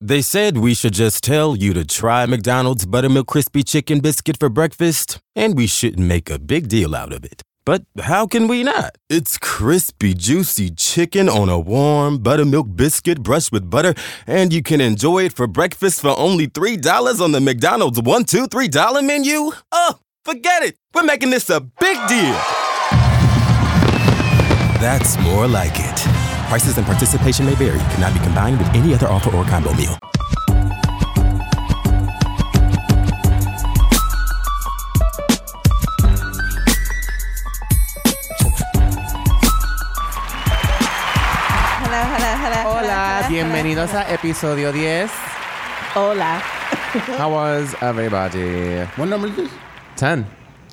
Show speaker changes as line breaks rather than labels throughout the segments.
They said we should just tell you to try McDonald's Buttermilk Crispy Chicken Biscuit for breakfast, and we shouldn't make a big deal out of it. But how can we not? It's crispy, juicy chicken on a warm buttermilk biscuit brushed with butter, and you can enjoy it for breakfast for only $3 on the McDonald's one, two, three dollar menu? Oh, forget it! We're making this a big deal! That's more like it. Prices and participation may vary, cannot be combined with any other offer or combo meal.
Hello, hello, hello. hello,
Hola,
hello,
bienvenidos a episodio 10.
Hola.
How was everybody?
What number is this?
10.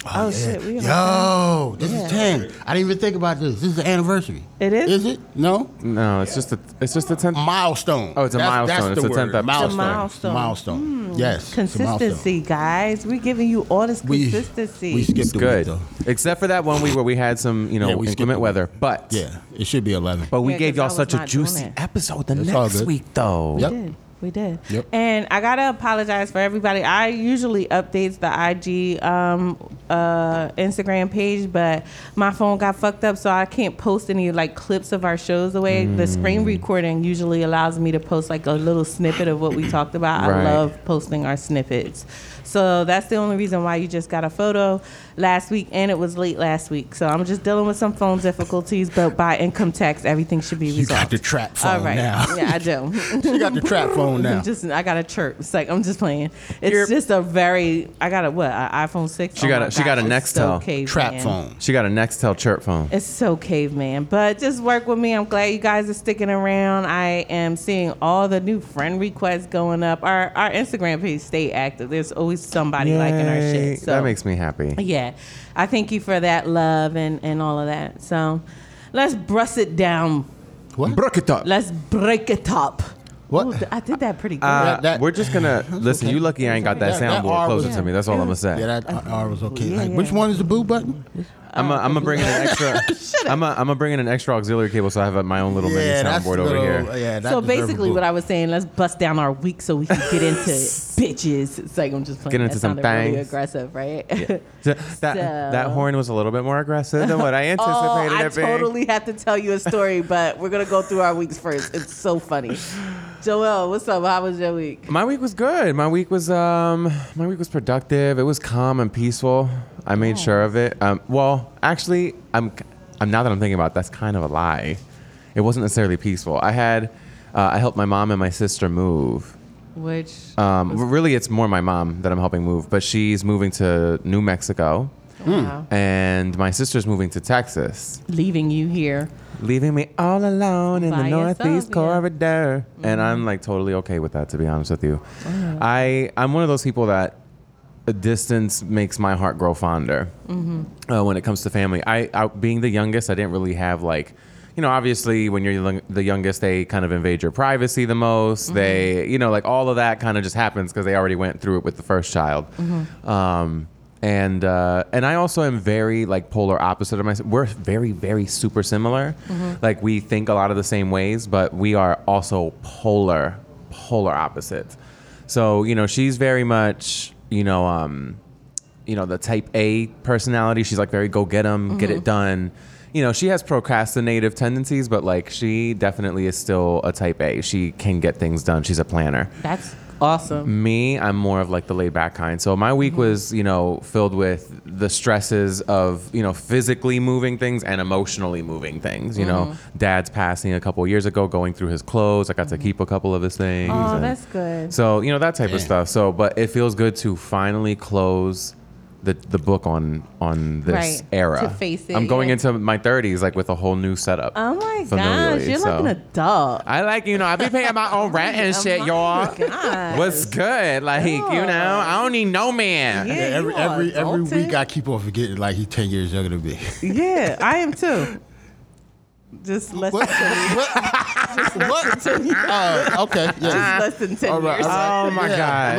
Oh, shit. We
Yo, this
Yeah.
is 10. I didn't even think about this. This is the anniversary.
It is?
Is it? No?
No, it's just a, it's just a 10.
Mm. Milestone.
Oh, it's a milestone.
That's
It's
the
a
word.
10th episode.
milestone. Hmm.
Milestone. Milestone. Yes. it's a milestone.
Consistency, guys. We're giving you all this
We-
consistency.
We skipped
It's
the
good.
week,
Except for that one week where we had some, you know,
Yeah, we skipped
inclement
the-
weather. But
though. Yeah, it should be 11.
but we
Yeah,
gave
'cause I
y'all
was
such a
not doing
juicy
it.
episode the
It's all
next
good.
week, though.
Yep.
We did. We did.
Yep.
And I gotta apologize for everybody. I usually updates the IG um, uh, Instagram page, but my phone got fucked up, so I can't post any like clips of our shows away. The
Mm.
screen recording usually allows me to post like a little snippet of what we talked about. I
Right.
love posting our snippets. So that's the only reason why you just got a photo last week, and it was late last week. So I'm just dealing with some phone difficulties, but by income tax, everything should be resolved.
You got the trap phone
All right.
now.
Yeah, I do.
She got the trap phone now.
I'm just I got a chirp. It's like I'm just playing. It's
Chirp.
just a very I got a what a iPhone six. Oh
She got
my
a- she got a
gosh, it's
Nextel.
caveman.
trap phone.
She got a Nextel chirp phone.
It's so caveman, but just work with me. I'm glad you guys are sticking around. I am seeing all the new friend requests going up. Our our Instagram page stay active. There's always somebody liking our
Yay.
shit. So
That makes me happy.
yeah. I thank you for that love and and all of that. So let's brush it down.
What?
Broke it up.
Let's break it up.
What?
Ooh, I did that pretty good.
Uh,
that-
we're just gonna listen. You lucky I ain't got that
That- that
soundboard
R
closer
was-
to me. That's all I'm gonna say.
Yeah, that R was okay.
Yeah,
like,
yeah.
Which one is the boo button?
I'm a, I'm gonna bring in an extra. I'm gonna I'm gonna bring in an extra auxiliary cable so I have my own little mini soundboard over here.
Yeah, that
so
deserve a
basically,
boo.
what I was saying, let's bust down our week so we can get into bitches. It's like I'm just playing.
Get into
that
some
sounded really
things.
aggressive, right?
So that that
So-
horn was a little bit more aggressive than what I
oh,
anticipated.
I
it eh? being.
totally have to tell you a story, but we're gonna go through our weeks first. It's so funny. Joel, what's up? How was your week?
My week was good. My week was um my week was productive. It was calm and peaceful. I made sure of it. Um, well, actually, I'm I'm now that I'm thinking about it, that's kind of a lie. It wasn't necessarily peaceful. I had uh, I helped my mom and my sister move.
Which
Um, really, it's more my mom that I'm helping move, but she's moving to New Mexico,
Hmm. wow.
and my sister's moving to Texas,
leaving you here.
leaving me all alone in
By
the
yourself,
Northeast
yeah. Mm-hmm.
corridor. And I'm like totally okay with that, to be honest with you. I I'm one of those people that a distance makes my heart grow fonder
Mm-hmm.
uh, when it comes to family. I, I being the youngest, I didn't really have like, you know, obviously when you're young- the youngest, they kind of invade your privacy the most. They, you know, like all of that kind of just happens because they already went through it with the first child. Um, and uh, and I also am very like polar opposite of myself. We're very very super similar. Like we think a lot of the same ways, but we are also polar polar opposites. So you know, she's very much you know um, you know the type A personality. She's like very go get 'em, get it done. You know, she has procrastinative tendencies, but like she definitely is still a type A. She can get things done. She's a planner.
That's awesome.
Me, I'm more of like the laid back kind. So my
Mm-hmm.
week was, you know, filled with the stresses of, you know, physically moving things and emotionally moving things. You know,
Mm-hmm.
dad's passing a couple years ago, going through his clothes. I got to keep a couple of his things.
Oh,
and-
that's good.
so you know that type
Yeah.
of stuff. So, but it feels good to finally close the the book on on this
Right.
era.
To face it,
I'm going
yeah.
into my 30s like with a whole new setup.
Oh my gosh,
familiarly,
you're
so.
like an adult.
I like you know I be paying my own rent and
Oh
shit,
my
y'all.
gosh.
What's good? Like you know I don't need no man.
Yeah,
Yeah, every
you are
every every
adulting.
week I keep on forgetting like he's ten years younger than me.
Yeah, I am too. Just less than
What? what? what? Uh, okay. Yeah.
less than ten
All right,
years.
all right.
Oh my
Yeah,
God.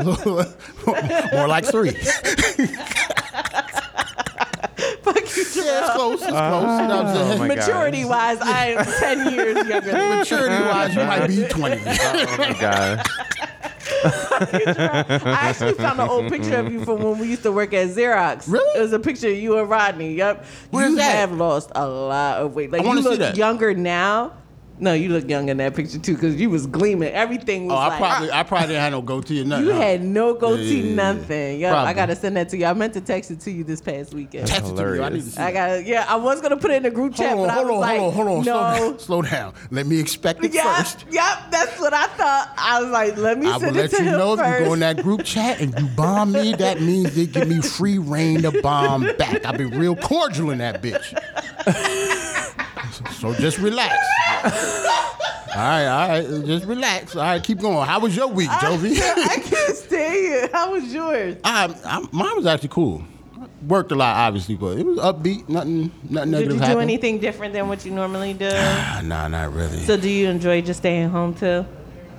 A little less. A little, more like three.
Fuck you, Joel.
yeah, it's close. It's close. You know what I'm saying?
my God.
Maturity wise, I am 10 years younger than
Oh.
you.
Maturity wise, you might be 20.
oh my god.
I actually found an old picture of you from when we used to work at Xerox.
Really?
It was a picture of you and Rodney. Yep.
Where's
you
that?
have lost a lot of weight. Like
wanna
you
see
look
that.
younger now. No, you look young in that picture too, because you was gleaming. Everything was
Oh, I
like
probably, I probably didn't have no goatee or nothing.
you
huh?
had no goatee,
Yeah, yeah, yeah.
nothing. Yep, I
Probably.
gotta send that to you. I meant to text it to you this past weekend.
Text it to me. I need to see
I
that.
got yeah. I was gonna put it in the group chat,
Hold
but I
on, hold
was
on,
like,
hold on, hold on. Slow,
no.
down. slow down. Let me expect it
Yep,
first.
yep. That's what I thought. I was like, let me
I will
send it
let
to
you
him
know if you go
first.
in that group chat and you bomb me, that means they give me free reign to bomb back. I'll be real cordial in that bitch. So just relax. All right, all right. Just relax. All right, keep going. How was your week, Jovi?
I can't stand you. How was yours?
I, I, mine was actually cool. Worked a lot, obviously, but it was upbeat. Nothing, nothing
Did
negative
you do
happened.
anything different than what you normally do?
Ah, Nah, not really.
so do you enjoy just staying home too?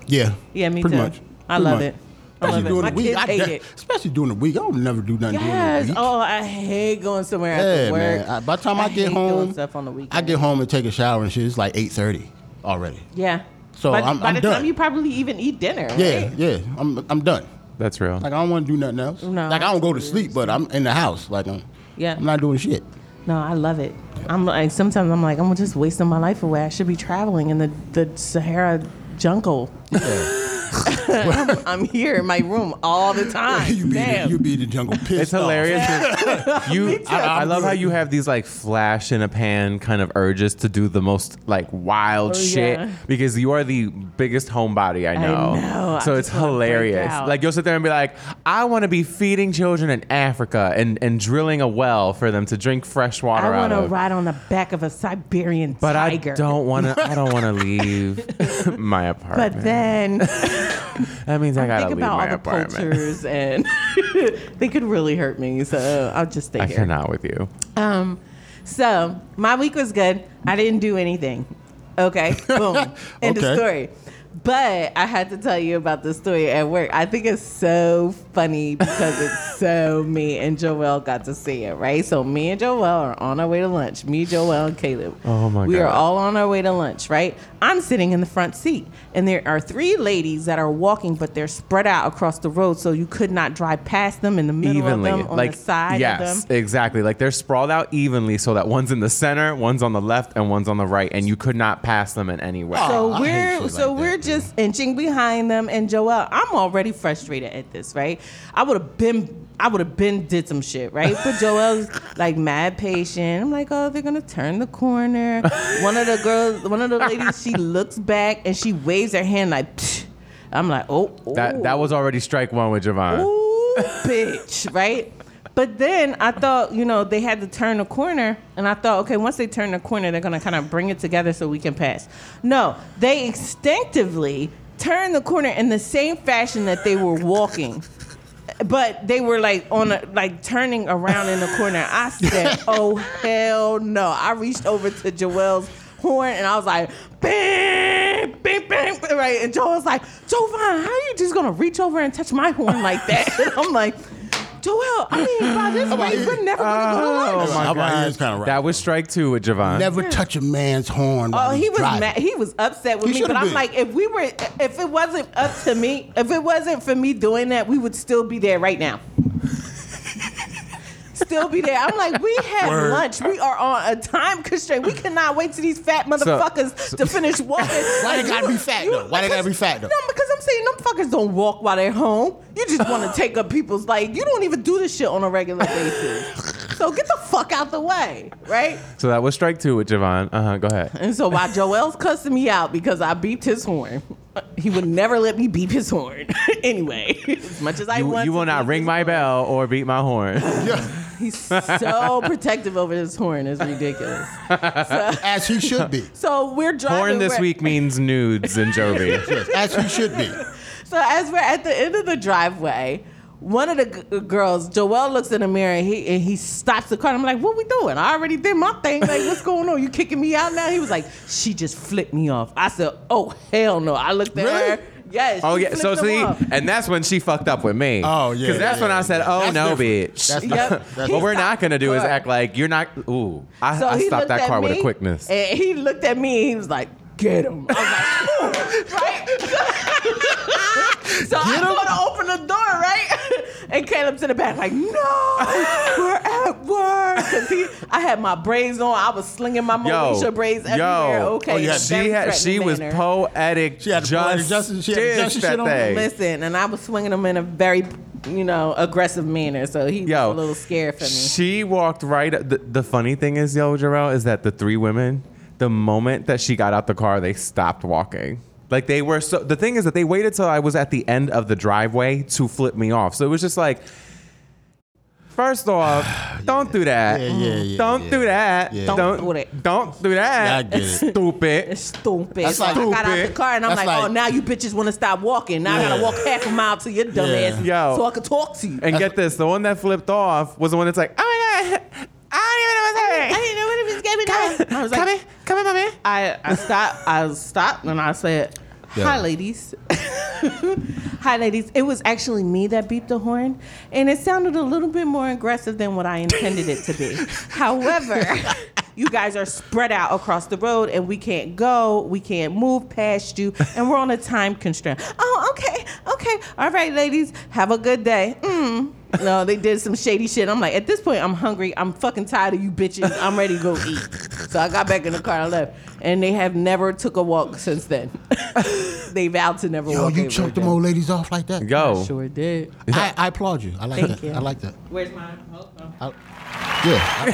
yeah.
Yeah, me
pretty
too.
Much.
I
Pretty
love
much.
it. I
Especially
love it.
during
My
the week.
kids
I
hate
de-
it.
Especially during the week. I don't never do nothing during
Yes.
the week.
Oh, I hate going somewhere
Yeah,
after work.
man. I- by the time I,
hate
get
doing
home,
stuff on the
I
weekend.
get home and take a shower and shit. It's like eight thirty already.
Yeah.
So
by,
I'm-
by
I'm
the
done.
time you probably even eat dinner.
Yeah,
right?
yeah. I'm I'm done.
That's real.
Like I don't want to do nothing else.
No.
Like I don't go to sleep, but I'm in the house. Like I'm,
Yeah.
I'm not doing shit.
No, I love it. I'm like sometimes I'm like I'm just wasting my life away. I should be traveling in the the Sahara jungle. I'm here in my room all the time.
you be the,
Ah, Damn.
you be the jungle pissed.
It's hilarious. that you, I, I
I'm
love how
good.
you have these like flash in a pan kind of urges to do the most like wild
Oh,
shit
yeah.
because you are the biggest homebody I know.
know.
So
I
it's
just wanna break
hilarious.
out.
Like you'll sit there and be like, I want to be feeding children in Africa and and drilling a well for them to drink fresh water
I
out
want to
of.
ride on the back of a Siberian
but
tiger.
I don't want to. I don't want to leave my
But
apartment.
then
that means I gotta
think
leave
about
my
all the
apartment.
poachers, and they could really hurt me. So I'll just stay
I
here.
cannot with you.
Um, so my week was good. I didn't do anything. Okay, boom. End
Okay.
of story. But I had to tell you about this story at work. I think it's so funny because it's so me and Joelle got to see it, right? So me and Joelle are on our way to lunch. Me, Joelle, and Caleb.
Oh, my
We are
God.
all on our way to lunch, right? I'm sitting in the front seat, and there are three ladies that are walking, but they're spread out across the road, so you could not drive past them in the middle
evenly,
of them, on
like
the side
yes,
of them.
exactly. Like they're sprawled out evenly, so that one's in the center, one's on the left, and one's on the right, and you could not pass them in any way.
Oh,
So
I hate shit
we're
like
so
that,
we're
man.
just inching behind them, and Joel, I'm already frustrated at this, right? I would have been, I would have been did some shit, right? But Joel's like mad patient. I'm like, oh, they're gonna turn the corner. one of the girls, one of the ladies, she looks back and she waves her hand like, "Psh." I'm like, oh,
that that
ooh.
was already strike one with Javon.
Ooh, bitch, right? But then I thought, you know, they had to turn the corner, and I thought, okay, once they turn the corner, they're gonna kind of bring it together so we can pass. No, they instinctively turned the corner in the same fashion that they were walking. But they were like on a, like turning around in the corner. I said, "Oh hell no!" I reached over to Joel's horn and I was like, "Bam, bam, bam!" Right, and Joel was like, "Jovan, how are you just gonna reach over and touch my horn like that?" And I'm like, "Joel, I mean, by this rate, we're never gonna go to lunch."
my
Oh My
How about
God.
his kinda right?
That was strike two with Javon.
Never touch a man's horn.
Oh,
While
he
he's
was
driving.
mad. He was upset with
He
me.
should've
But I'm
been.
like, if we were, if it wasn't up to me, if it wasn't for me doing that, we would still be there right now. still be there. I'm like, we had
Word.
lunch. We are on a time constraint. We cannot wait till these fat motherfuckers to finish walking.
Why they
Like,
gotta
you-
be fat
you-
though? Why they gotta be
because-
fat though?
No, because I'm saying them fuckers don't walk while they're home. You just want to take up people's like. You don't even do this shit on a regular basis. so get the fuck out the way, right?
So that was strike two with Javon. Uh huh. Go ahead.
And so while Joel's cussing me out because I beeped his horn, he would never let me beep his horn. anyway, as much as I
You,
want,
you
to
will not
beep
ring
his
my
horn,
bell or beat my horn.
He's so protective over his horn; it's ridiculous.
As he should be.
So we're driving.
horn this
we're-
week means nudes and Jovi.
Yes, as he should be.
So as we're at the end of the driveway, one of the g- girls, Joel, looks in the mirror and he and he stops the car. And I'm like, "What we doing? I already did my thing. Like, what's going on? You kicking me out now?" He was like, "She just flipped me off." I said, "Oh hell no!" I looked at
Really?
her. Yes.
Oh
she
yeah. So
flipped them
see,
off.
and that's when she fucked up with me.
Oh, yeah,
Because that's
yeah,
when
yeah,
I said,
yeah.
"Oh
That's
no,
different.
bitch."
That's
Yep.
different. That's
He
what we're
different.
not
stopped
gonna
the
do is
car.
act like you're not. Ooh, I,
So
I
he
stopped
looked
that
at
car with a
me,
quickness.
And he looked at me and he was like, get him. I was like, right? so I'm going to open the door, right? and Caleb's in the back like, no, we're at work. Because he, I had my braids on. I was slinging my
Yo,
Moesha braids
yo.
everywhere. Okay.
Oh, you had-
in a
She
very
had,
threatening
she was
manner.
poetic.
She had the poetic
just
justice- she had the
did
justice
that
shit on.
thing.
Listen, and I was swinging them in a very, you know, aggressive manner. So he
Yo,
was a little scared for me.
She walked right. The, the funny thing is, yo, Jarrell, is that the three women, the moment that she got out the car, they stopped walking. Like they were so. The thing is that they waited till I was at the end of the driveway to flip me off. So it was just like. First off, don't do that. Mm-hmm.
Yeah, yeah, yeah,
Don't
yeah.
do that.
Yeah.
Don't,
Don't
don't
do that.
Don't do that.
Yeah, I get it.
Stupid.
It's stupid.
That's
So I got out the
stupid.
car and I'm
That's
like, oh,
like-
now you bitches want to stop walking. Now I
Yeah.
gotta walk half a mile to your dumb
Yeah.
ass
Yo.
so I could talk to you.
And get this, the one that flipped off was the one that's like, oh my god, I don't even know what's happening.
know what it was giving. I was like,
come in, come in, my man.
I, I stopped. I stopped and I said, "Hi,
Yeah.
ladies. Hi, ladies. It was actually me that beeped the horn, and it sounded a little bit more aggressive than what I intended it to be. However." You guys are spread out across the road, and we can't go. We can't move past you, and we're on a time constraint. Oh, okay, okay, all right, ladies, have a good day. Mm. No, they did some shady shit. I'm like, at this point, I'm hungry. I'm fucking tired of you bitches. I'm ready to go eat. So I got back in the car and left. And they have never took a walk since then. they vowed to never
Yo,
walk.
you
ever
choked them
again.
old ladies off like that.
Go.
I sure did.
I, I applaud you. I like
Thank
that.
you.
I like that.
Where's mine? Oh, oh.
I, yeah. I-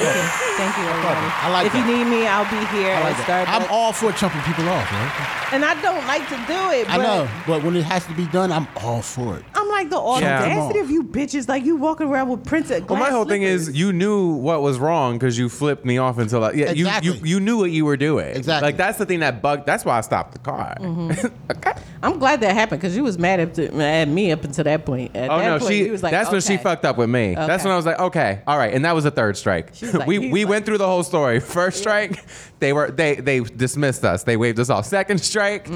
Thank you, everybody.
I like
if
that.
you need me, I'll be here
I
at
like that.
Starbucks.
I'm all for chumping people off, man.
and I don't like to do it,
I
but
know, but when it has to be done, I'm all for it.
I'm like the
Yeah.
audacity of you bitches. Like you walking around with printed glass
Well, my whole thing
slippers.
is you knew what was wrong because you flipped me off until I, yeah, you, you
Exactly.
you knew what you were doing.
Exactly.
Like that's the thing that bugged. That's why I stopped the car.
Mm-hmm.
okay.
I'm glad that happened because you was mad at, at me up until that point. At
Oh
that
no,
point,
she.
you was like,
that's when she
okay.
fucked up with me. That's
Okay.
when I was like, okay, all right, and that was the third strike.
She was like,
we
he's
we
like-
went through the whole story. First strike, they were they they dismissed us. They waved us off. Second strike,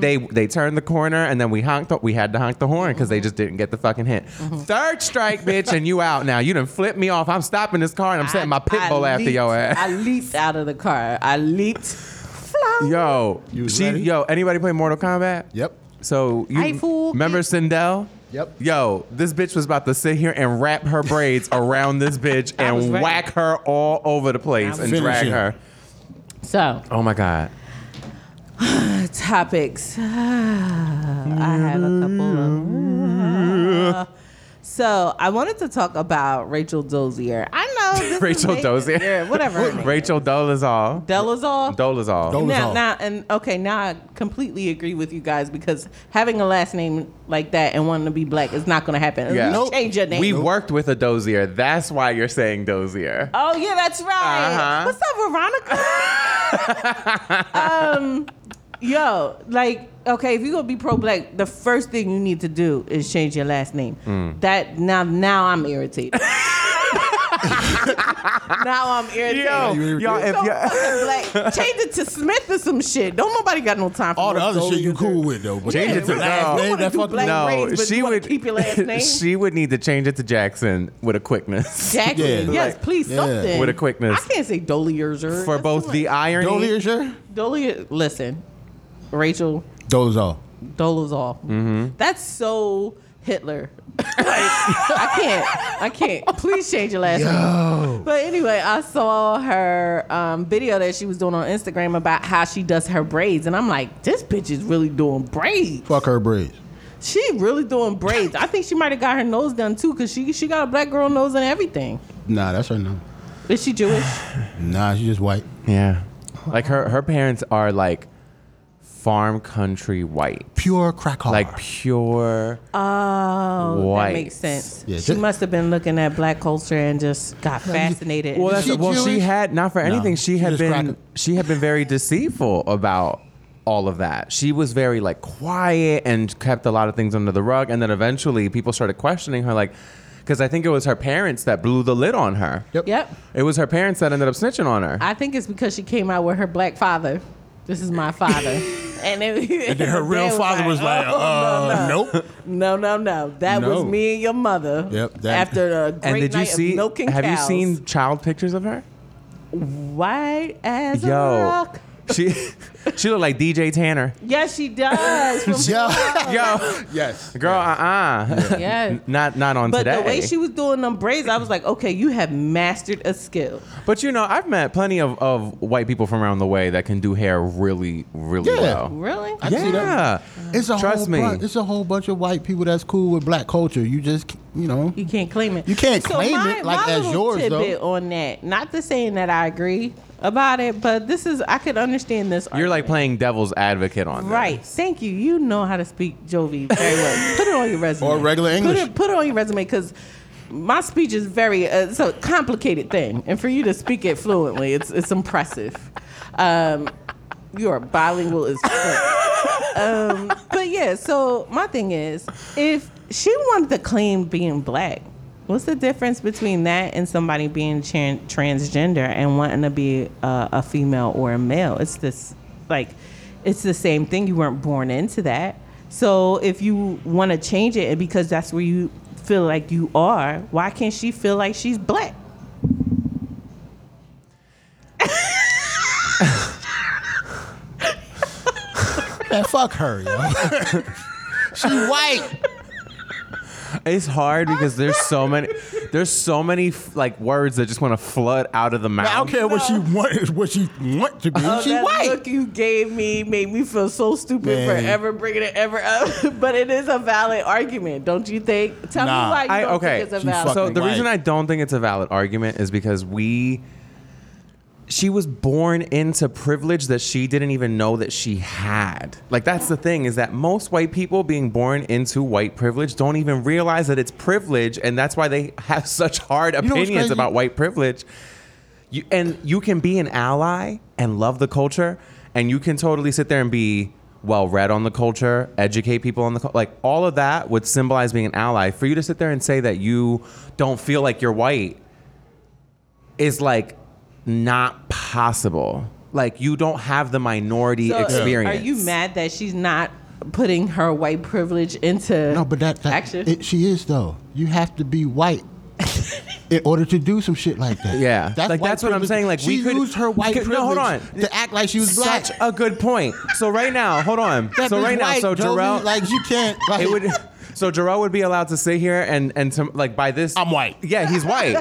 they they turned the corner and then we honked. We had to honk the horn because
Mm-hmm.
they just didn't get the fucking hint. Third strike, bitch, and you out now. You done flipped me off. I'm stopping this car and I'm setting my pit
I
bull after
leaped-
your ass.
I leaped out of the car. I leaped. Fly.
Yo,
You was
she,
ready?
yo, anybody play Mortal Kombat?
Yep.
So you
I fool-
remember Sindel?
Yep.
Yo, this bitch was about to sit here and wrap her braids around this bitch
was
and
ready.
whack her all over the
was
place and
ready.
drag
Finish it.
her.
So
Oh my god.
topics. I have a couple of. So I wanted to talk about Rachel Dozier. I know this is
Rachel
ma-
Dozier.
yeah, whatever. her name is.
Rachel Dolezal.
Dolezal.
Dolezal.
Dol-
now,
Dolezal.
now, and okay, now I completely agree with you guys because having a last name like that and wanting to be black is not going to happen.
Yeah.
You
Nope.
change your name.
we worked with a dozier. That's why you're saying dozier.
Oh yeah, that's right.
Uh-huh.
What's up, Veronica? um, yo, like, okay, if you're gonna be pro-black, the first thing you need to do is change your last name.
Hmm.
That now, now I'm irritated. now I'm irritated.
Yo,
you irritated?
y'all, if
Don't
you
fucking black. Change it to Smith or some shit. Don't nobody got no time for
All the
no
other shit
Dozier.
you cool with though. but
Change
the
it to
last
no.
name,
You wanna
that
do
fuck-
black
no,
braids, but
she
you wanna
would
keep your last name?
She would need to change it to Jackson with a quickness.
Exactly.
Yeah,
yes,
like-
please
yeah.
something
With a quickness.
I can't say Dolier
for both the irony.
Dolly is your?
Dolly, listen, Rachel
Those are.
Dolezal. That's so Hitler. like, I can't. I can't. Please change your last name.
Yo.
But anyway, I saw her um, video that she was doing on Instagram about how she does her braids, and I'm like, this bitch is really doing braids.
Fuck her braids.
She really doing braids. I think she might have got her nose done too, cause she she got a black girl nose and everything.
Nah, that's her name.
Is she Jewish?
Nah, she just white.
Yeah. Like her her parents are like farm country white.
Pure crack hard.
Like pure
Oh,
White.
that makes sense.
Yeah,
she
that-
must have been looking at black culture and just got fascinated.
Well,
and
that's,
she
well, she
Jewish?
had not for anything. she
she
had
just
been
crack-
she had been very deceitful about all of that. She was very like quiet and kept a lot of things under the rug. And then eventually, people started questioning her, like because I think it was her parents that blew the lid on her.
Yep.
Yep.
It was her parents that ended up snitching on her.
I think it's because she came out with her black father. This is my father. and, it,
And then her real father was like, uh, nope.
"Oh, No, no, no. That
No.
was me and your mother.
Yep, that-
after a great
And did you
night
see?
of milking
Have you
cows.
seen child pictures of her?
White as a
Yo,
rock.
she she looked like DJ Tanner.
Yes, she does. From
Yeah.
Yo,
yes.
girl, uh uh
Yeah.
not not on
But
today.
the way she was doing them braids, I was like, okay, you have mastered a skill.
But you know, I've met plenty of, of white people from around the way that can do hair really, really
Yeah.
well.
Really?
I see
Yeah.
that. It's a
Trust me.
whole bun- it's a whole bunch of white people that's cool with black culture. You just c- you know
You can't claim it.
You can't claim
my,
it like
my
as
little
yours, though.
tidbit on that. Not to saying that I agree about it, but this is I could understand this.
You're like
argument.
playing devil's advocate on that.
Right. Thank you. You know how to speak Jovi very well. Put it on your resume.
Or regular English.
Put it, put it on your resume because my speech is very, uh, it's a complicated thing. And for you to speak it fluently, it's, it's impressive. Um, you are bilingual as fuck. um, but yeah, so my thing is if she wanted to claim being black, What's the difference between that and somebody being tran- transgender and wanting to be uh, a female or a male? It's this, like, it's the same thing. You weren't born into that. So if you want to change it and because that's where you feel like you are, why can't she feel like she's black?
man, fuck her, yo. she white.
It's hard because there's so many, there's so many f- like words that just want to flood out of the mouth.
I don't care what she want what she want to be. she
Oh, that
white.
look you gave me made me feel so stupid for
Man.
ever bringing it ever up. but it is a valid argument, don't you think? Tell
Nah.
me why you
I-
don't
okay.
think it's a
She
valid.
So
fucking
the reason
white.
I don't think it's a valid argument is because we she was born into privilege that she didn't even know that she had. Like that's the thing is that most white people being born into white privilege don't even realize that it's privilege and that's why they have such hard
know what's
opinions
crazy?
about white privilege. You, and you can be an ally and love the culture, and you can totally sit there and be well read on the culture, educate people on the cul- like all of that would symbolize being an ally. For you to sit there and say that you don't feel like you're white is like not possible. Like you don't have the minority
So,
experience.
Are you mad that she's not putting her white privilege into
No, but that, that
action?
It, she is though. You have to be white in order to do some shit like that.
Yeah. Like,
white
that's what I'm
privilege.
saying, like,
she
we could-
used her white
Okay,
privilege
no, hold on.
to act like she was black.
Such a good point. So right now, hold on.
That
so
bitch
right now,
white,
so
Jovi,
Jarrell,
like you can't. Like,
it would. So Jarrell would be allowed to sit here and and to, like by this.
I'm white.
yeah, he's white.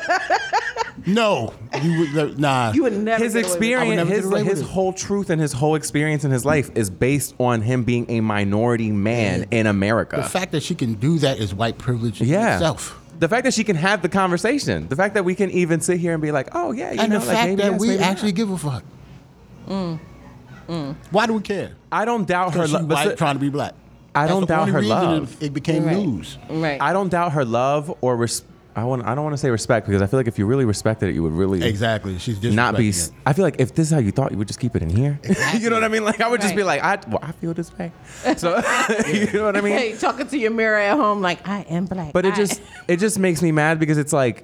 no, you would uh, nah.
you would never.
his
get away with
I
experience,
would never get
his
away with
his
it.
whole truth and his whole experience in his life is based on him being a minority man in America.
the fact that she can do that is white privilege in
yeah.
itself.
The fact that she can have the conversation, the fact that we can even sit here and be like, "Oh yeah," you
And
know,
the
like,
fact
maybe
that
yes,
we
maybe not.
actually give a fuck. Why do we care?
I don't doubt her
Because she
love.
white trying to be black.
I
That's
don't
the
doubt
only
her
reason
love.
It, it became
Right. Mm.
news.
it. Right.
I don't doubt her love or res- I want. I don't want to say respect because I feel like if you really respected it, you would really
Exactly. She's just
not be. s- I feel like if this is how you thought, you would just keep it in here. you know what I mean? Like I would just be like, I, well, I feel this way. So you know what I mean?
Hey, talking to your mirror at home, like I am black.
But it
I-
just it just makes me mad because it's like,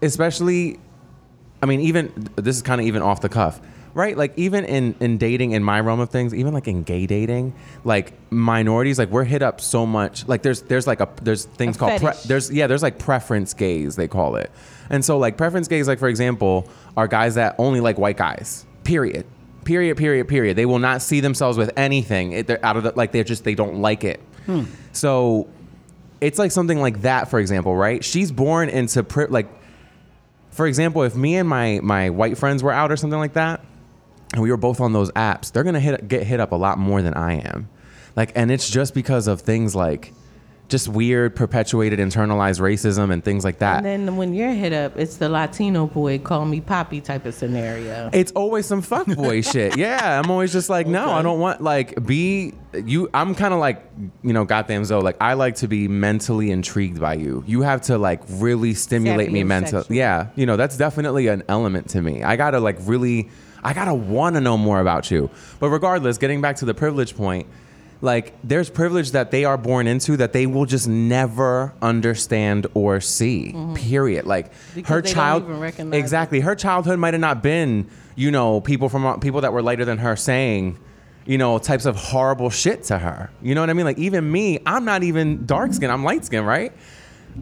especially, I mean, even this is kind of even off the cuff, right? Like even in in dating in my realm of things, even like in gay dating, like minorities, like we're hit up so much. Like there's there's like a there's things
A
called pre-
fetish.
there's yeah there's like preference gays they call it, and so like preference gays like for example are guys that only like white guys. Period. Period. Period. Period. They will not see themselves with anything. It, they're out of the like they're just they don't like it.
Hmm.
So it's like something like that for example right she's born into pri- like for example if me and my my white friends were out or something like that and we were both on those apps they're gonna hit get hit up a lot more than i am like and it's just because of things like just weird perpetuated internalized racism and things like
And
that
then when you're hit up, it's the Latino boy call me poppy type of scenario.
It's always some fuckboy shit. Yeah, I'm always just like, no, I don't want like be you. I'm kind of like, you know, goddamn Zoe. Like I like to be mentally intrigued by you. You have to like really stimulate
Savvy
me
and
mentally.
sexual.
Yeah, you know, that's definitely an element to me. I gotta like really, I gotta want to know more about you. But regardless, getting back to the privilege point, like there's privilege that they are born into that they will just never understand or see. Period. Like
Mm-hmm. Because
her
they don't
child
even recognize it.
exactly. Her childhood might have not been, you know, people from people that were lighter than her saying, you know, types of horrible shit to her. You know what I mean? Like even me, I'm not even dark skinned, I'm light skinned, right?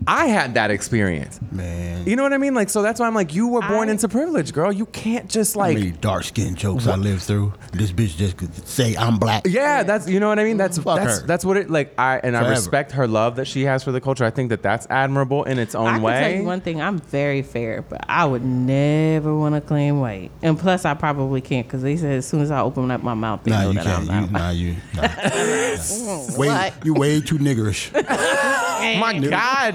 I had that experience.
Man.
You know what I mean? Like, so that's why I'm like, you were born
I-
into privilege, girl. You can't just like,
How many dark skin jokes I lived through? This bitch just could say I'm black.
yeah, that's you know what I mean. That's
Fuck
that's
her.
that's what it like. I and I
Forever.
respect her love that she has for the culture. I think that that's admirable in its own
I can
way.
tell you one thing. I'm very fair, but I would never want to claim white. And plus, I probably can't because they said as soon as I open up my mouth, they
Nah,
know
you
that
can't.
I'm
You,
not.
nah, you. Nah.
Mm,
way,
what?
you way too niggerish.
My God,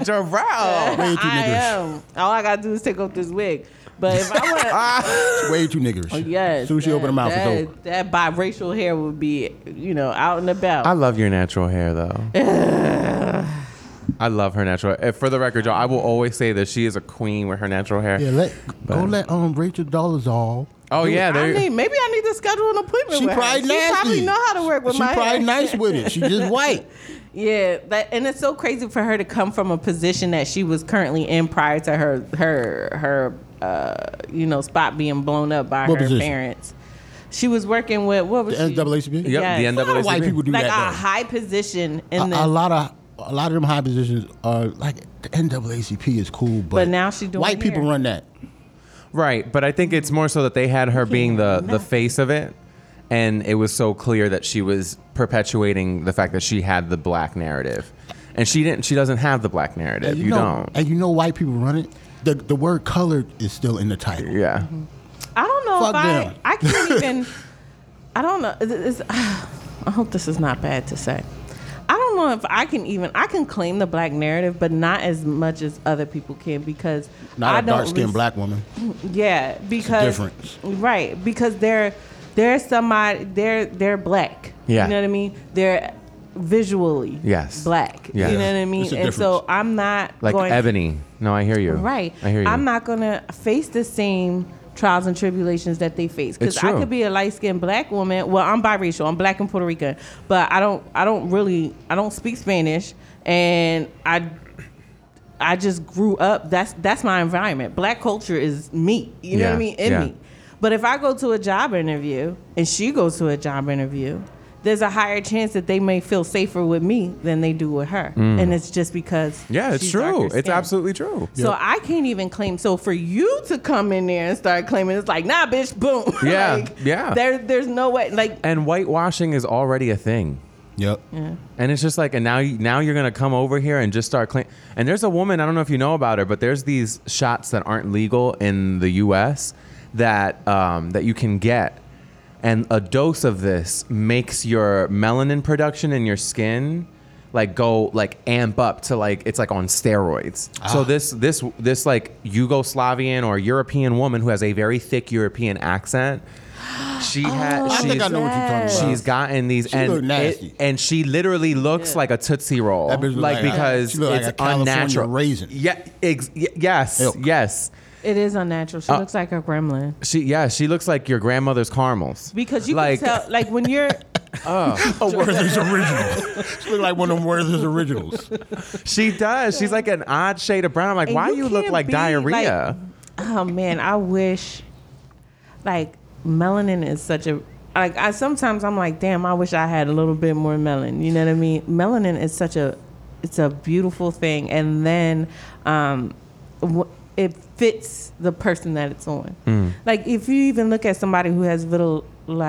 Jarrell.
Way too
I
niggerish.
am. All I gotta do is take off this wig. But if I want,
Way too niggerish.
Oh, yes,
Soon she opened her mouth.
that,
It's over.
that biracial hair would be, you know, out and about.
I love your natural hair, though. I love her natural. hair. For the record, y'all, I will always say that she is a queen with her natural hair.
Yeah, let go.
But-
Let um Rachel Dolezal.
oh yeah,
I
there.
need, maybe I need to schedule an appointment.
She
with her.
probably
she
nasty.
probably know how to work with
she
my
probably
hair.
nice with it. She just white.
Yeah, that, and it's so crazy for her to come from a position that she was currently in prior to her her her uh, you know spot being blown up by
What
her
position?
parents. She was working with what was
The
she?
NAACP? Yep,
yep,
Yes.
the
A lot of white
NAACP.
people do
like
that.
a
though.
high position in the
a, a lot of a lot of them high positions are like the NAACP is cool, but,
now she doing
white people
hair.
run that.
Right, but I think it's more so that they had her being the the face of it, and it was so clear that she was perpetuating the fact that she had the black narrative, and she didn't. She doesn't have the black narrative.
And
You,
know,
don't.
and you know white people run it. The the word colored is still in the title.
yeah.
I don't know
Fuck
if
them.
I, I can't even. I don't know. It- it's- I hope this is not bad to say. I don't know if I can even. I can claim the black narrative, but not as much as other people can because
Not
I
a
don't
dark skinned
res-
black woman.
Yeah, because
difference.
right because they're they're somebody they're they're black.
Yeah.
you know what I mean. They're visually
Yes.
black.
Yes.
you know what I mean.
It's a
And so
difference.
I'm not
Like
going,
ebony. No, I hear you.
Right.
I hear you.
I'm not gonna face the same trials and tribulations that they face because
It's
I
true.
could be a light skinned black woman. Well, I'm biracial. I'm black and Puerto Rican, but I don't. I don't really. I don't speak Spanish, and I. I just grew up. That's that's my environment. Black culture is me. You know what I
Yeah,
mean? In
yeah.
me. But if I go to a job interview and she goes to a job interview, there's a higher chance that they may feel safer with me than they do with her. And it's just because
Mm. Yeah, it's
she's darker
true. It's
skinned.
absolutely true.
So I can't even claim. So for you to come in there and start claiming, it's like, nah, bitch, boom.
Yeah,
Like,
yeah.
There, there's no way. Like,
And whitewashing is already a thing.
Yep.
And it's just like, and now, you, now you're gonna come over here and just start clean. And there's a woman I don't know if you know about her, but there's these shots that aren't legal in the U.S. that um, that you can get, and a dose of this makes your melanin production in your skin like go like amp up to like it's like on steroids. So this this this like Yugoslavian or European woman who has a very thick European accent. She has.
I think I know what you're talking about.
She's gotten these,
She
and
look nasty.
It, and she literally looks like a tootsie roll,
That bitch look
like,
like a-
because
she look like
it's
a California
unnatural.
raisin.
Yeah, ex- y- yes,
Ilk.
yes.
it is unnatural.
Uh,
She looks like a gremlin
She yeah, she looks like your grandmother's caramels.
because you
like
can tell. Like when you're,
A Werther's original. She look like one of them Werther's originals.
she does. She's like an odd shade of brown. I'm like,
And
why
you
you, look
can't
like
be,
diarrhea?
oh man, I wish. Like melanin is such a. Like I sometimes I'm like, damn, I wish I had a little bit more melanin. You know what I mean? Melanin is such a, it's a beautiful thing, and then, um, wh- it fits the person that it's on.
Hmm.
Like if you even look at somebody who has vitiligo,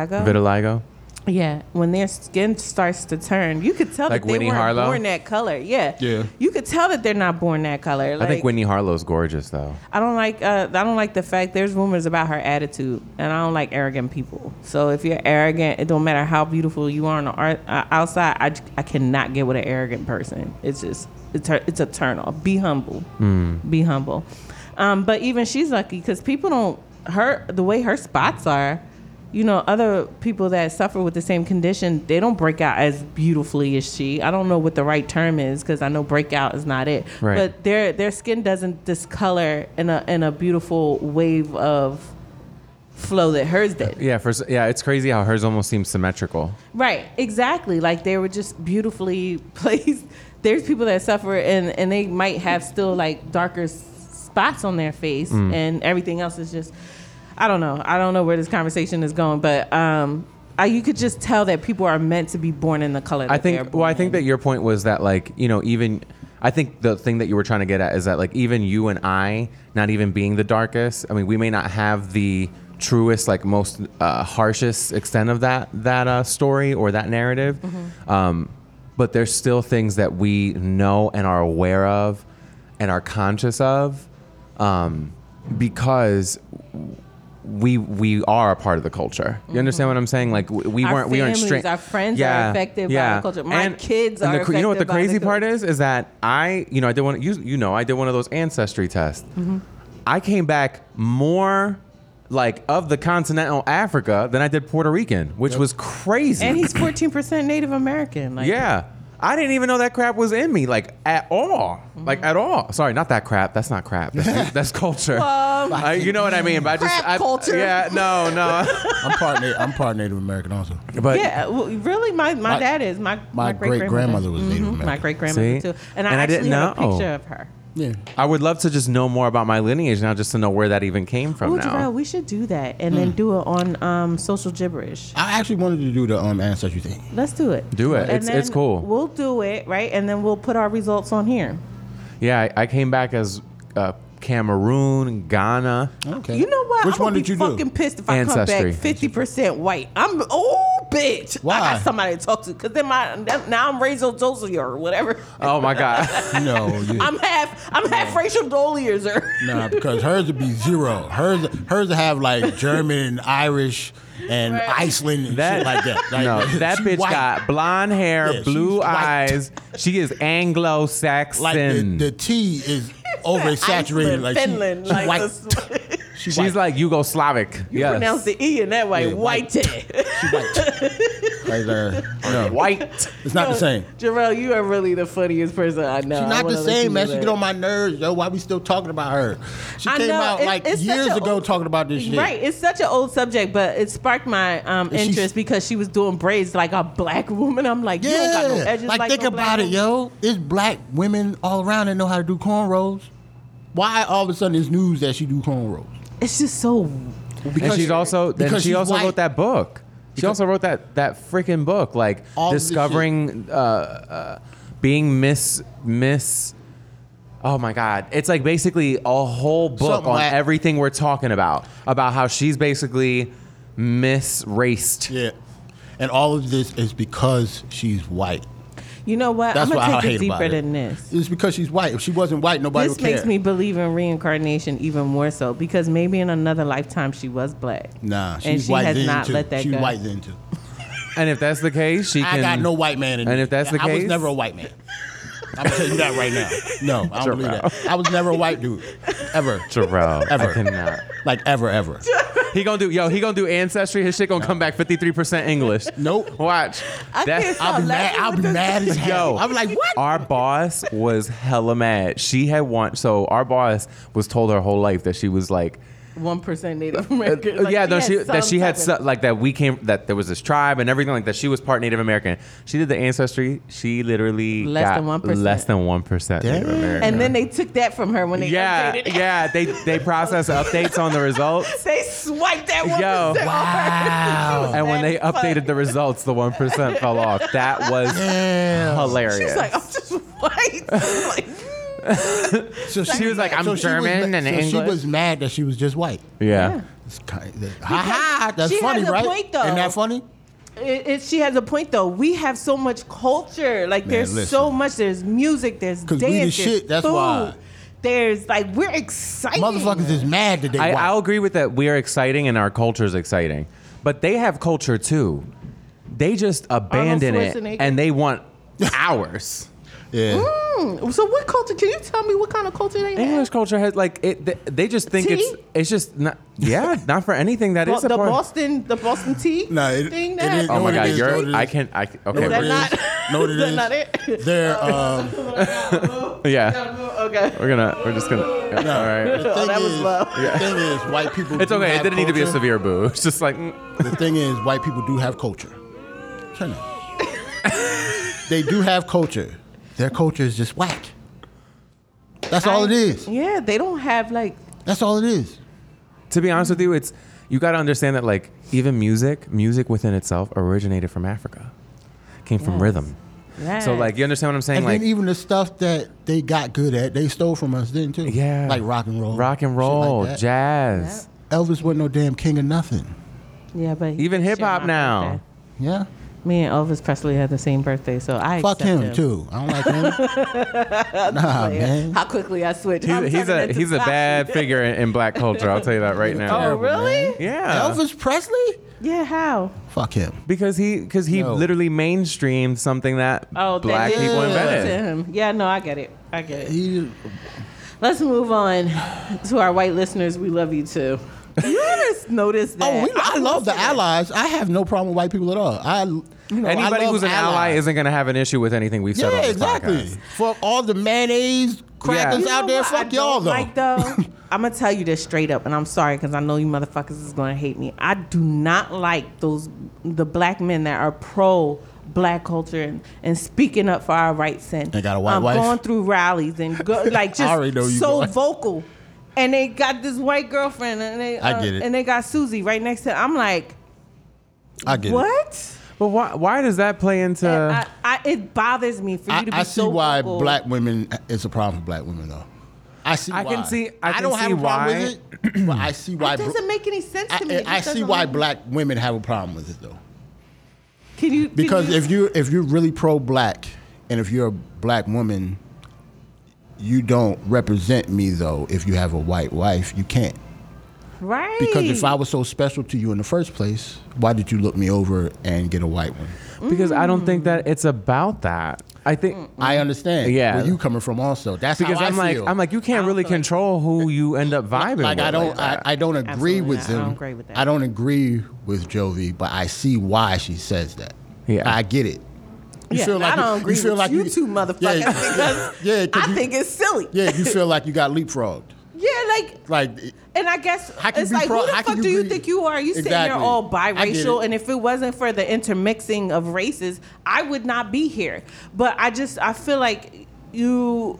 Vitiligo.
yeah, when their skin starts to turn, you could tell
Like
that they
Winnie
weren't
Harlow?
born that color. Yeah,
Yeah.
you could tell that they're not born that color.
I
Like,
think Whitney Harlow's gorgeous though.
I don't like. Uh, I don't like the fact there's rumors about her attitude, and I don't like arrogant people. So if you're arrogant, it don't matter how beautiful you are on the art, uh, outside. I, j- I cannot get with an arrogant person. It's just it's her, it's a turn off. Be humble. Be humble. Um, but even she's lucky because people don't her the way her spots are. You know, other people that suffer with the same condition, they don't break out as beautifully as she. I don't know what the right term is because I know breakout is not it.
Right.
But their their skin doesn't discolor in a in a beautiful wave of flow that hers did.
Yeah, for, s- yeah, it's crazy how hers almost seems symmetrical.
Right, exactly. Like they were just beautifully placed. There's people that suffer and, and they might have still like darker s- spots on their face
Mm.
and everything else is just I don't know. I don't know where this conversation is going, but um I, you could just tell that people are meant to be born in the color. That
I
they are
think.
born
Well, I think
in.
that your point was that like you know even. I think the thing that you were trying to get at is that like even you and I, not even being the darkest, I mean, we may not have the truest, like most uh, harshest extent of that that uh, story or that narrative,
Mm-hmm.
um, but there's still things that we know and are aware of, and are conscious of, um, because we we are a part of the culture. You
Mm-hmm.
understand what I'm saying? Like w- we
Our
weren't we aren't
families,
straight.
our friends are affected by the culture. My kids
and
are
the, cra- You know what the
affected by the
crazy part
culture.
is? Is that I you know I did one you you know I did one of those ancestry tests.
Mm-hmm.
I came back more like of the continental Africa than I did Puerto Rican, which was crazy.
and he's 14% Native American. Like
Yeah. I didn't even know that crap was in me, like at all,
Mm-hmm.
like at all. Sorry, not that crap. That's not crap. That's, that's culture. I- you know what I mean? But I just,
Crap
I,
culture.
Yeah, no, no.
I'm part. Na- I'm part Native American also.
But
Yeah, well, really, my, my,
My-
dad is. My
my great-grandmother was Native
Mhm,
American.
My great grandmother
See?
too, and, I
And I
actually
didn't
have a
know.
picture of her.
Yeah.
I would love to just know more about my lineage now, just to know where that even came from.
Ooh,
now,
Jarrell, we should do that and
Mm.
then do it on um, social gibberish.
I actually wanted to do the um ancestry thing.
Let's do it.
Do
And
it. It's- it's
then
cool.
We'll do it right, and then we'll put our results on here.
yeah, I, I came back as uh, Cameroon, Ghana.
Okay.
You know what?
Which
I'm
one
be
did you
fucking
do?
pissed if I come
Ancestry.
back fifty percent white. I'm oh bitch.
Why?
I got somebody to talk to because then my now I'm Rachel Dolezal or whatever.
Oh my god.
No. You,
I'm half I'm half Rachel Dolezal. or-
Nah, because hers would be zero. Hers, hers would have like German and Irish and Iceland and
That-
shit like that. Like,
no, that
she
bitch
white.
got blonde hair,
Yeah, she's
blue
white.
eyes. She is Anglo-Saxon.
like the, the T is
Iceland,
oversaturated. like she-
Finland,
she,
like
white.
the-
She
She's
white.
like Yugoslavic. yes.
pronounce the E in that way.
Yeah,
white.
white. Like, uh, no,
white.
It's not the same.
Jarrell, you are really the funniest person I know.
She's
I
not
wanna
the
let you
same, man.
know
She
that.
get on my nerves, yo. Why we still talking about her? She
I
came
know,
out
it-
like
it's such
years
a
ago
old-
talking about this shit.
Right, it's such an old subject, but it sparked my um,
she's-
interest because she was doing braids like a black woman. I'm like, you don't got no
Yeah.
edges.
Like,
like
think
no black
about it,
woman.
yo. It's black women all around that know how to do cornrows. Why all of a sudden is news that she do cornrows?
It's just so.
And she's also
because
and she
she's
also
white.
wrote that book. She also wrote that that freaking book, like
All this
discovering uh, uh, being Miss Miss. Oh my God! It's like basically a whole book
Something
on
like-
everything we're talking about, about how she's basically misraced.
Yeah. And all of this is because she's white.
You know what?
That's
I'm
what I
gonna take
hate
it
about
deeper
it.
than this.
It's because she's white. If she wasn't white, nobody
this
would care.
makes me believe in reincarnation even more so because maybe in another lifetime she was black.
nah, she's
and she
white
has
then
not
too.
let that
she's
go.
white then too.
And if that's the case, she
I
can.
got no white man in
And
me.
if that's the
I was
case-
never a white man. I'm gonna tell you that right now. No, I don't believe that. I was never a white dude, ever,
Jarrell, I
Ever.
cannot.
like ever, ever.
He gonna do yo. He gonna do ancestry. His shit gonna come back fifty three percent English.
Nope.
Watch.
I can't stop
I'll be mad.
laughing
I'll
with
be
this-
mad as hell.
Yo.
I'm like, what?
Our boss was hella mad. She had one. So our boss was told her whole life that she was like,
one percent Native
uh,
American. Like,
yeah, no, she
had
that
some
she had
type of-
su- like that we came that there was this tribe and everything like that. She was part Native American. She did the ancestry. She literally
Less
got
than 1%.
Less than one percent Native
Damn.
American.
And then they took that from her when they
yeah,
updated it.
yeah, they they process updates on the results.
They swiped that one.
Yo.
Oh,
Wow.
And when they updated the results, the one percent fell off. That was
Damn.
hilarious.
She's like, oh, I'm just white. I'm like,
So
She was like, I'm
so she was
German
ma-
and
so She
English.
was mad that she was just white.
yeah.
It's kind of, ha ha. That's
she
funny,
has a
right?
point, though.
Isn't that funny?
it, it, she has a point though. We have so much culture. Like there's
listen.
so much. There's music. There's
'Cause
dance.
we the
there's
shit, that's
food.
why.
There's like we're excited.
Motherfuckers is mad that they
I,
white.
I'll agree with that. We are exciting and our culture is exciting, but they have culture too. They just abandon it
Schwarzenegger.
and they want ours.
yeah.
Mm, so what culture? Can you tell me what kind of culture they
English
have?
culture has like it. They, they just think
Tea?
it's it's just not. Yeah, not for anything that
Bo-
is
the
a part.
Boston, the Boston tea
No, it-
thing.
it
That
is-
Oh
Know
my
what it
god,
is, know what
you're.
it
I
is.
can. I can-
Know
okay.
what
that
it
we're-
is? um,
not-
Know what
is
it
that
is?
not it?
They're um,
yeah.
Okay.
We're gonna. We're just gonna. All right.
The thing
that was
is,
low.
The thing is, white people.
It's
do
okay. It
have
didn't need to be a
culture.
severe boo. It's just like mm,
The thing is, white people do have culture. Turn it. they do have culture. Their culture is just whack. That's all it is.
Yeah, they don't have like.
That's all it is.
to be honest with you, it's you got to understand that like even music, music within itself originated from Africa, came from
Yes.
rhythm. So like you understand what I'm saying?
And
like
then even the stuff that they got good at, they stole from us then too.
yeah,
Like rock and roll.
rock and
shit
roll,
like that.
jazz,
Elvis wasn't no damn king of nothing.
yeah, but he
even hip
shared
hop
my
now.
birthday.
Yeah.
Me and Elvis Presley had the same birthday, so I
Fuck
accept
him, too. I don't like him. nah, man.
How quickly I switched. I'm
He's, he's
turning
a
into
he's a
Sasha.
bad figure in, in black culture. I'll tell you that right now.
Oh, really?
man.
Yeah,
Elvis Presley?
Yeah. How?
Fuck him.
because he because he
No.
literally mainstreamed something that
Oh, that
black
did do
people
it
invented.
To him. Yeah. No, I get it. I get it.
He
Let's move on to our white listeners. We love you too. You ever noticed that?
Oh, we, I love the allies. I have no problem with white people at all. I, you know,
Anybody
I love
who's an ally
allies.
isn't going to have an issue with anything we've said on
yeah,
this
exactly.
podcast.
For all the mayonnaise crackers
You know
out there,
what I
fuck y'all
don't
though.
Like though, I'm gonna tell you this straight up, and I'm sorry because I know you motherfuckers is gonna hate me. I do not like those the black men that are pro black culture and, and speaking up for our rights and
They got a white
um,
wife.
going through rallies and go, like
I already know you
just so
going.
vocal. And they got this white girlfriend, and they
I
uh,
get it.
and they got Susie right next to. I'm like,
I get it.
what?
But why, why does that play into?
Eh, I, I, it bothers me for you
Uh, I,
to be
I see
so
why
vocal.
black women is a problem for black women though. I see.
I
why.
can see- I can
don't have
see
a problem
why.
with it, but I see why.
It
br-
doesn't make any sense to me.
I,
It
I
just
see
doesn't
why
make-
black women have a problem with it though.
Can you can
Because
you-
if you if you're really pro black and if you're a black woman, you don't represent me though. If you have a white wife, you can't.
right
Because if I was so special to you in the first place, why did you look me over and get a white one?
because I don't
mm.
think that it's about that. I think
I understand
Yeah.
where you coming from also. That's
because
how I
I'm like
feel.
I'm like you can't really control who you end up vibing
like
with.
I don't
that.
I, I don't agree
Absolutely not.
with
I
them.
don't agree with that.
I don't agree with Jovi, but I see why she says that.
Yeah.
I get it. You
yeah,
feel like
I don't
you,
agree
you feel
with
like
you two motherfuckers
Yeah,
because
yeah, 'cause
I
you-
think it's silly. Yeah,
yeah, you feel like you got leapfrogged.
like
Like
and I guess
How can
it's
you be
like
pro-
who the
how
fuck
can you
do you
be-
think you are? You sitting there
Exactly.
all
I get
biracial,
it.
and if it wasn't for the intermixing of races, I would not be here. But I just I feel like you.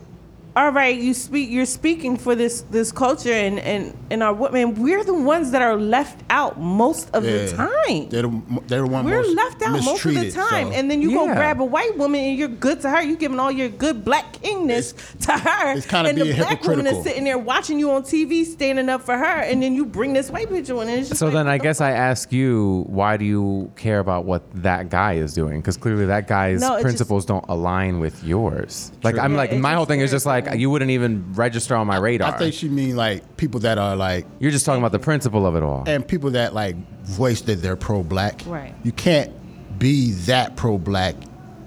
All right, you speak. You're speaking for this this culture and and and our women. We're the ones that are left out most of the time.
They're the, they're the one
We're
most
left out most of the
mistreated,
time,
so-
and then you go
Yeah.
grab a white woman and you're good to her. You're giving all your good black kingness to her,
it's kinda
and the
being
black woman is
hypocritical.
sitting there watching you on TV, standing up for her, and then you bring this white bitch on, and it's just
so
like,
then I
what the
guess I ask you, why do you care about what that guy is doing? Because clearly that guy's
No, it just-
principles don't align with yours. Like I'm
Yeah,
like
it
my whole
just
thing is
scares
just like
me.
you wouldn't even register on my radar.
I think she mean like people that are like
You're just talking about the principle of it all.
and people that like voice that they're pro black.
Right.
You can't be that pro black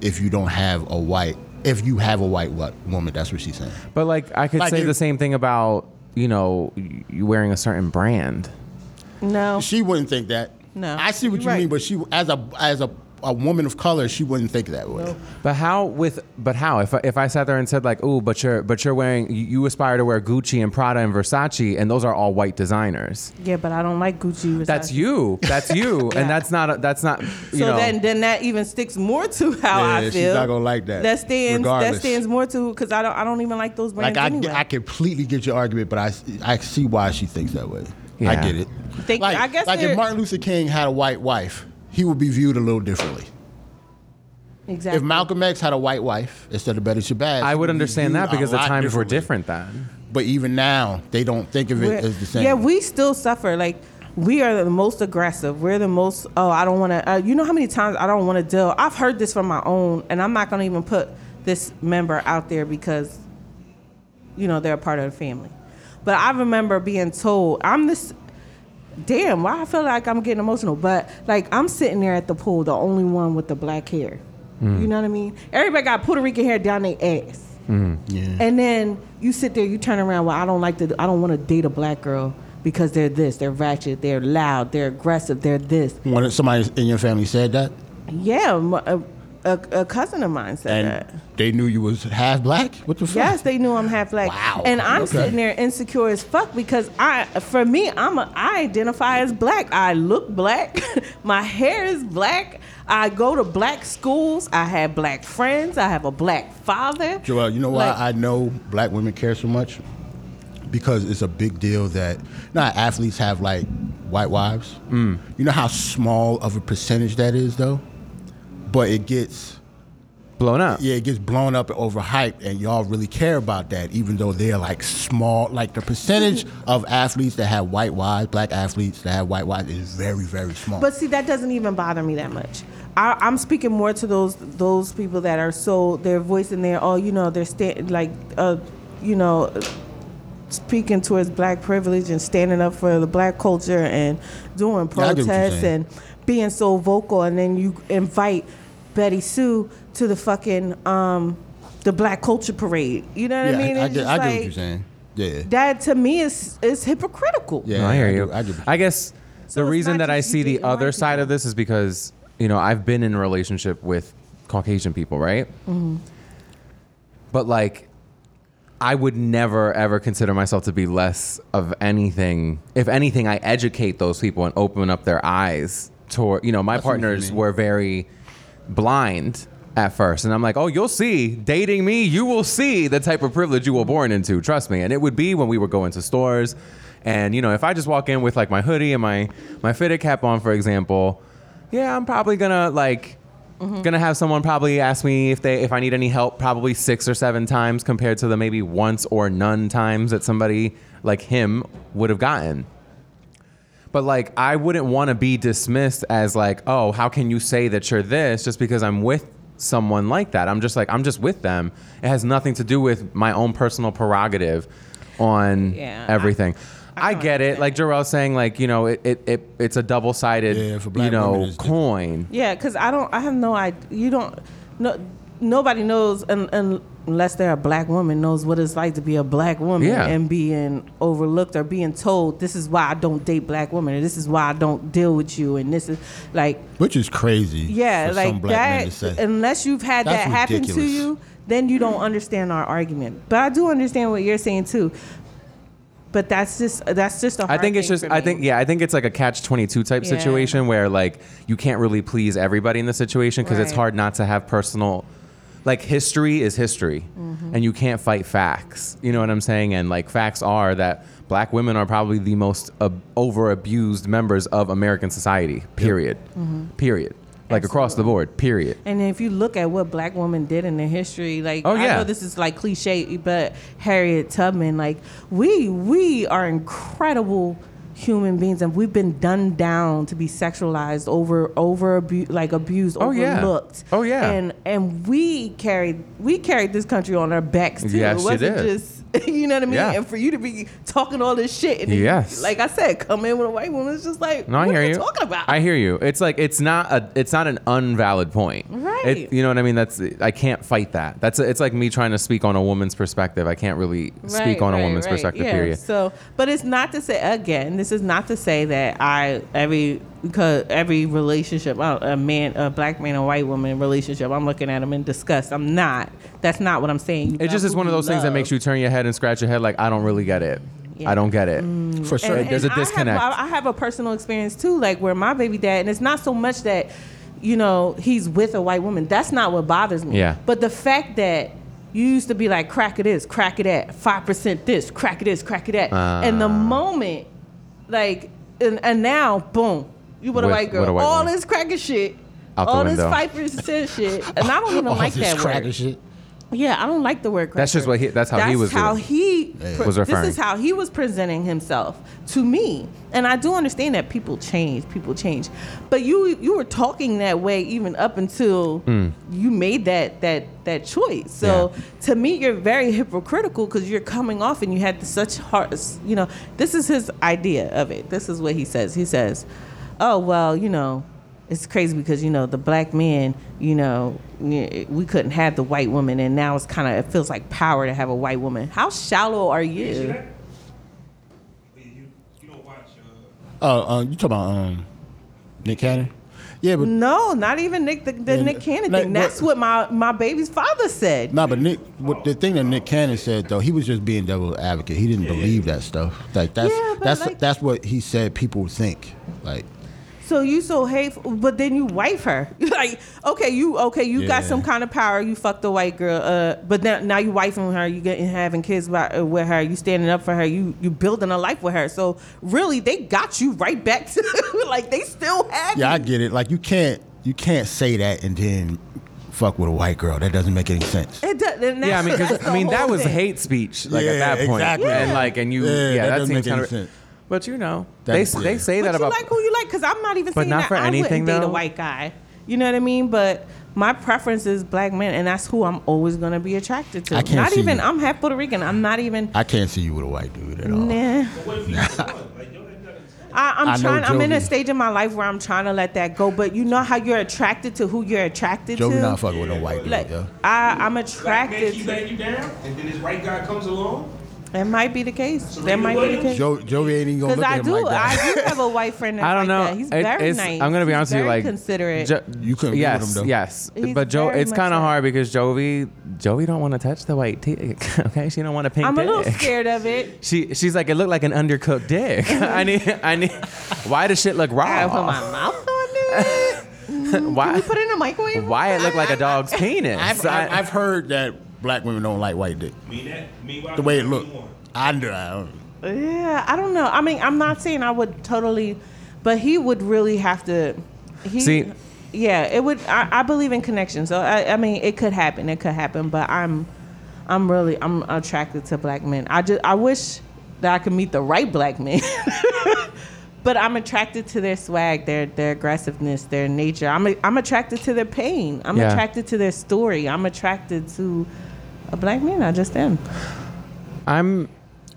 if you don't have a white if you have a white what woman. That's what she's saying.
But like I could
Like
say
it-
the same thing about you know you wearing a certain brand.
no,
She wouldn't think that.
No.
I see what
You're
you mean,
right.
but she as a as a a woman of color, she wouldn't think that way.
But how with but how if I, if I sat there and said like oh but you're but you're wearing you, you aspire to wear Gucci and Prada and Versace and those are all white designers.
yeah, but I don't like Gucci. Versace.
That's you. That's you. And that's not a, that's not you
So
know.
then, then that even sticks more to how
Yeah,
I feel.
she's not gonna like that,
That stands.
regardless.
That stands more to because I don't. I don't even like those brands
Like I,
anyway.
I completely get your argument, but I, I see why she thinks that way. I
Yeah.
get it.
Think-
like
I guess
like
they're-
if Martin Luther King had a white wife, he would be viewed a little differently.
exactly.
If Malcolm X had a white wife instead of Betty Shabazz,
I
he
would
be
understand that
viewed a
because the
lot
times were
differently.
different then.
But even now, they don't think of it
We're-
as the same.
Yeah, we still suffer. Like we are the most aggressive. We're the most. Oh, I don't want to. Uh, you know how many times I don't want to deal. I've heard this from my own, and I'm not gonna even put this member out there because, you know, they're a part of the family. But I remember being told, I'm this. Damn, why I feel like I'm getting emotional, but like I'm sitting there at the pool, the only one with the black hair.
Mm.
You know what I mean? Everybody got Puerto Rican hair down their ass. And then you sit there, you turn around. Well, I don't like to. I don't want to date a black girl because they're this. They're ratchet. They're loud. They're aggressive. They're this.
When somebody in your family said that,
Yeah, m- uh, a, a cousin of mine said that.
And they knew you was half black. What the fuck?
Yes, they knew I'm half black.
Wow.
And I'm
Okay.
sitting there insecure as fuck because I, for me, I'm a, I identify as black. I look black. My hair is black. I go to black schools. I have black friends. I have a black father.
Joelle, you know why
Like-
I know black women care so much? Because it's a big deal that not athletes have like white wives. Mm. You know how small of a percentage that is, though. But it gets
Blown up.
yeah, it gets blown up and overhyped, and y'all really care about that, even though they're like small. Like the percentage of athletes that have white wives, black athletes that have white wives, is very very small.
But see, that doesn't even bother me that much. I, I'm speaking more to those those people that are so their voice in there. Oh, you know, they're sta- like, uh, you know, speaking towards black privilege and standing up for the black culture and doing
Yeah, I get what you're
protests
saying.
and being so vocal. And then you invite Betty Sue to the fucking um, the black culture parade. You know what
yeah,
I mean?
I,
It's
get,
just
I get what
like-
you're saying. Yeah,
That to me is is hypocritical.
yeah,
No, I hear
get-
you.
I get,
I guess
So
the
it's
reason
not
that I
just you
see the
dating white
other side
people.
of this is because you know I've been in a relationship with Caucasian people, right?
Mm-hmm.
But like, I would never ever consider myself to be less of anything. If anything, I educate those people and open up their eyes toward. You know, my
what you
partners
mean.
were very blind at first and i'm like oh you'll see dating me you will see the type of privilege you were born into trust me and it would be when we would go into stores and you know if i just walk in with like my hoodie and my my fitted cap on for example yeah i'm probably gonna like
Mm-hmm.
gonna have someone probably ask me if they if i need any help probably six or seven times compared to the maybe once or none times that somebody like him would have gotten but like, I wouldn't want to be dismissed as like, oh, how can you say that you're this just because I'm with someone like that? I'm just like, I'm just with them. It has nothing to do with my own personal prerogative on
Yeah, I-
everything. I,
don't
get it.
understand.
Like Jarrell saying, like you know, it, it, it it's a double sided,
Yeah, for black
you
women,
know,
it's different.
coin.
Yeah, because I don't. I have no idea. You don't. No, nobody knows un, un, unless they're a black woman knows what it's like to be a black woman
Yeah.
and being overlooked or being told this is why I don't date black women and this is why I don't deal with you and this is like
which is crazy.
yeah
for some
like
black men to
that.
say.
Unless you've had
That's
that happen to
ridiculous.
you, then you don't understand our argument. But I do understand what you're saying too. But that's just that's just a
I
hard
think it's
thing
just
for
I
me.
think yeah I think it's like a catch 22 type
Yeah.
situation where like you can't really please everybody in the situation because it's
Right.
hard not to have personal like history is history
Mm-hmm.
and you can't fight facts. You know what I'm saying? And like facts are that black women are probably the most ab- over abused members of American society. Period.
Mm-hmm.
Period. Like across the board. Period.
And if you look at what black women did in their history, like
Oh,
I
yeah.
know this is like cliche, but Harriet Tubman, like we we are incredible human beings and we've been done down to be sexualized over over abu- like abused
Oh, yeah.
overlooked
Oh, yeah.
and and we carried we carried this country on our backs too
Yes,
it
you
wasn't
did.
just you know what i mean
Yeah.
and for you to be talking all this shit and then,
Yes.
like i said come in with a white woman it's just like
No,
what
I hear
are you
you.
talking about
I hear you. It's like it's not a it's not an unvalid point.
Right.
It, you know what I mean? That's I can't fight that. That's it's like me trying to speak on a woman's perspective. I can't really speak
Right,
on a
right,
woman's
right.
perspective.
Yeah,
Period.
So, but it's not to say again. This is not to say that I every because every relationship uh, a man a black man and white woman relationship I'm looking at them in disgust. I'm not. That's not what I'm saying. You
It
love
just is
who
one of
you
those things that
love.
makes you turn your head and scratch your head. Like I don't really get it.
Yeah.
I don't get it.
for
And-
certain,
there's a
and I have-
disconnect.
I have, a personal experience too, like where my baby dad, and it's not so much that, you know, he's with a white woman. That's not what bothers me.
Yeah.
But the fact that you used to be like, crack it is, crack it at, 5% this, crack it is, crack it at.
Ah.
and the moment, like, and, and now, boom, you with a
With-
white girl.
with a white
all
woman.
this cracking shit.
Out the
all this
window.
five percent shit, and I don't even
all
like
Oh, this
that
cracker
word.
shit.
Yeah, I don't like the word cracker.
That's just what he- that's how he was
how
doing.
he pre-
Was referring.
This is how he was presenting himself to me, and I do understand that people change. People change, but you you were talking that way even up until
Mm.
you made that that that choice. So to me, you're very hypocritical because you're coming off and you had such hard. You know, this is his idea of it. This is what he says. He says, "Oh well, you know." it's crazy because you know the black men you know n- we couldn't have the white woman and now it's kind of it feels like power to have a white woman how shallow are you
You, you don't watch. Uh,
Oh, uh, you talking about um, Nick Cannon? Yeah, but
No, not even Nick the, the
Yeah,
Nick Cannon
like,
thing. That's what my
what-
my baby's father said.
No, but Nick, what the thing that Nick Cannon said though, he was just being devil advocate. He didn't believe that stuff. Like that's
Yeah, but,
that's
like-
that's what he said people think. Like
So you so hateful, but then you wife her. like, okay, you okay, you got
Yeah.
some kind of power. You fucked a white girl, uh, but now now you wifing her. You getting having kids by, uh, with her. You standing up for her. You you building a life with her. So really, they got you right back to like they still have
yeah, I
you.
get it. Like you can't you can't say that and then fuck with a white girl. That doesn't make any sense.
It does, and
Yeah, I
that's-
mean, 'cause,
that's the
I mean, that
whole
was
thing.
hate speech, like at
Yeah,
that point,
exactly.
and
Yeah.
like, and you,
Yeah,
yeah,
that
that,
doesn't
seems
make
kind
any
of.
sense.
But you know,
That
they
is
they
it.
say
but
that
you
about
like who you like because I'm not even
But
saying
not
that
for
I
anything,
wouldn't date
though?
a white guy. You know what I mean? But my preference is black men, and that's who I'm always gonna be attracted to.
I can't
not
see
even
you.
I'm half Puerto Rican. I'm not even.
I can't see you with a white dude at all.
Nah. I, I'm
I know
trying. I'm in a
Jovi.
stage in my life where I'm trying to let that go. But you know how you're attracted to who you're attracted
Jovi
to.
not fucking with no white dude.
like
yo.
I, I'm
Black man
attracted.
keep
to-
letting you down, and then this white guy comes along.
That might be the case. That
Serena
might be the
Williams?
case.
Jo- Jovi ain't even gonna
Because
look
I
at him
do,
like that.
I do have a white friend. That's
I don't
like
know.
That. He's
It-
very
it's-
nice.
I'm gonna be
He's
honest with
very
you, like
considerate.
Jo-
You couldn't be with
yes,
him, though.
Yes,
He's
but Joe,
very
it's
much
kind
so.
of hard because Jovi, Jovi don't want to touch the white dick. Okay, she don't want to pink
I'm a
dick.
little scared of it.
She she's like it looked like an undercooked dick. I need I need. Why does shit look
I gotta put my
raw?
mouth on it.
Why
Put it in the microwave.
why it look like a dog's penis?
I've, I've, I've heard that black women don't like white dick.
Mean that, meanwhile,
The way it
you
looked.
want.
I, do- I don't.
Yeah, I don't know. I mean, I'm not saying I would totally, but he would really have to. He,
See-
yeah, it would. I, I believe in connection, so I, I mean, it could happen. It could happen, but I'm, I'm really, I'm attracted to black men. I just, I wish that I could meet the right black men. But I'm attracted to their swag, their their aggressiveness, their nature. I'm I'm attracted to their pain. I'm
Yeah.
attracted to their story. I'm attracted to a black man. I just am.
I'm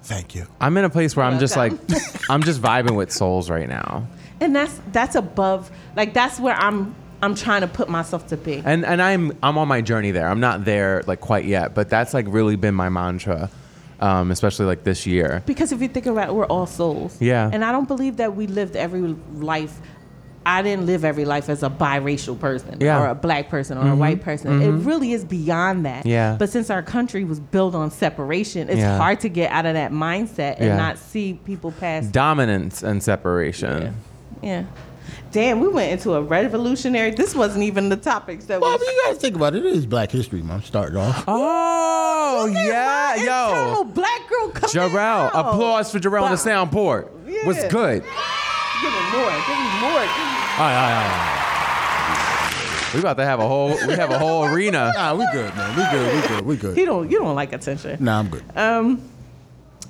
Thank you.
I'm in a place where I'm just like
Welcome.
I'm just vibing with souls right now.
and that's that's above like that's where i'm i'm trying to put myself to be
and and I'm I'm on my journey there. I'm not there like quite yet, but that's like really been my mantra, um, especially like this year.
because if you think about it, we're all souls
Yeah.
and i don't believe that we lived every life i didn't live every life as a biracial person
Yeah. Mm-hmm.
or a black person or a white person it really is beyond that
Yeah.
but since our country was built on separation it's
Yeah.
hard to get out of that mindset and
Yeah.
not see people past
Dominance and separation.
yeah damn we went into a revolutionary this wasn't even the topics that
Well,
was
but you gotta think about it. It is Black History Month. Starting off.
Oh yeah,
Internal
yo,
black girl coming
Jarrell,
out.
applause for Jarrell on the
Wow.
soundboard. Was
Yeah.
good.
Give me more. Give me more. Give me
All right, all right, all right.
We about to have a whole we have a whole arena.
Nah, we good, man. We good. We good. We good.
You don't. You don't like attention.
Nah, I'm good.
Uh,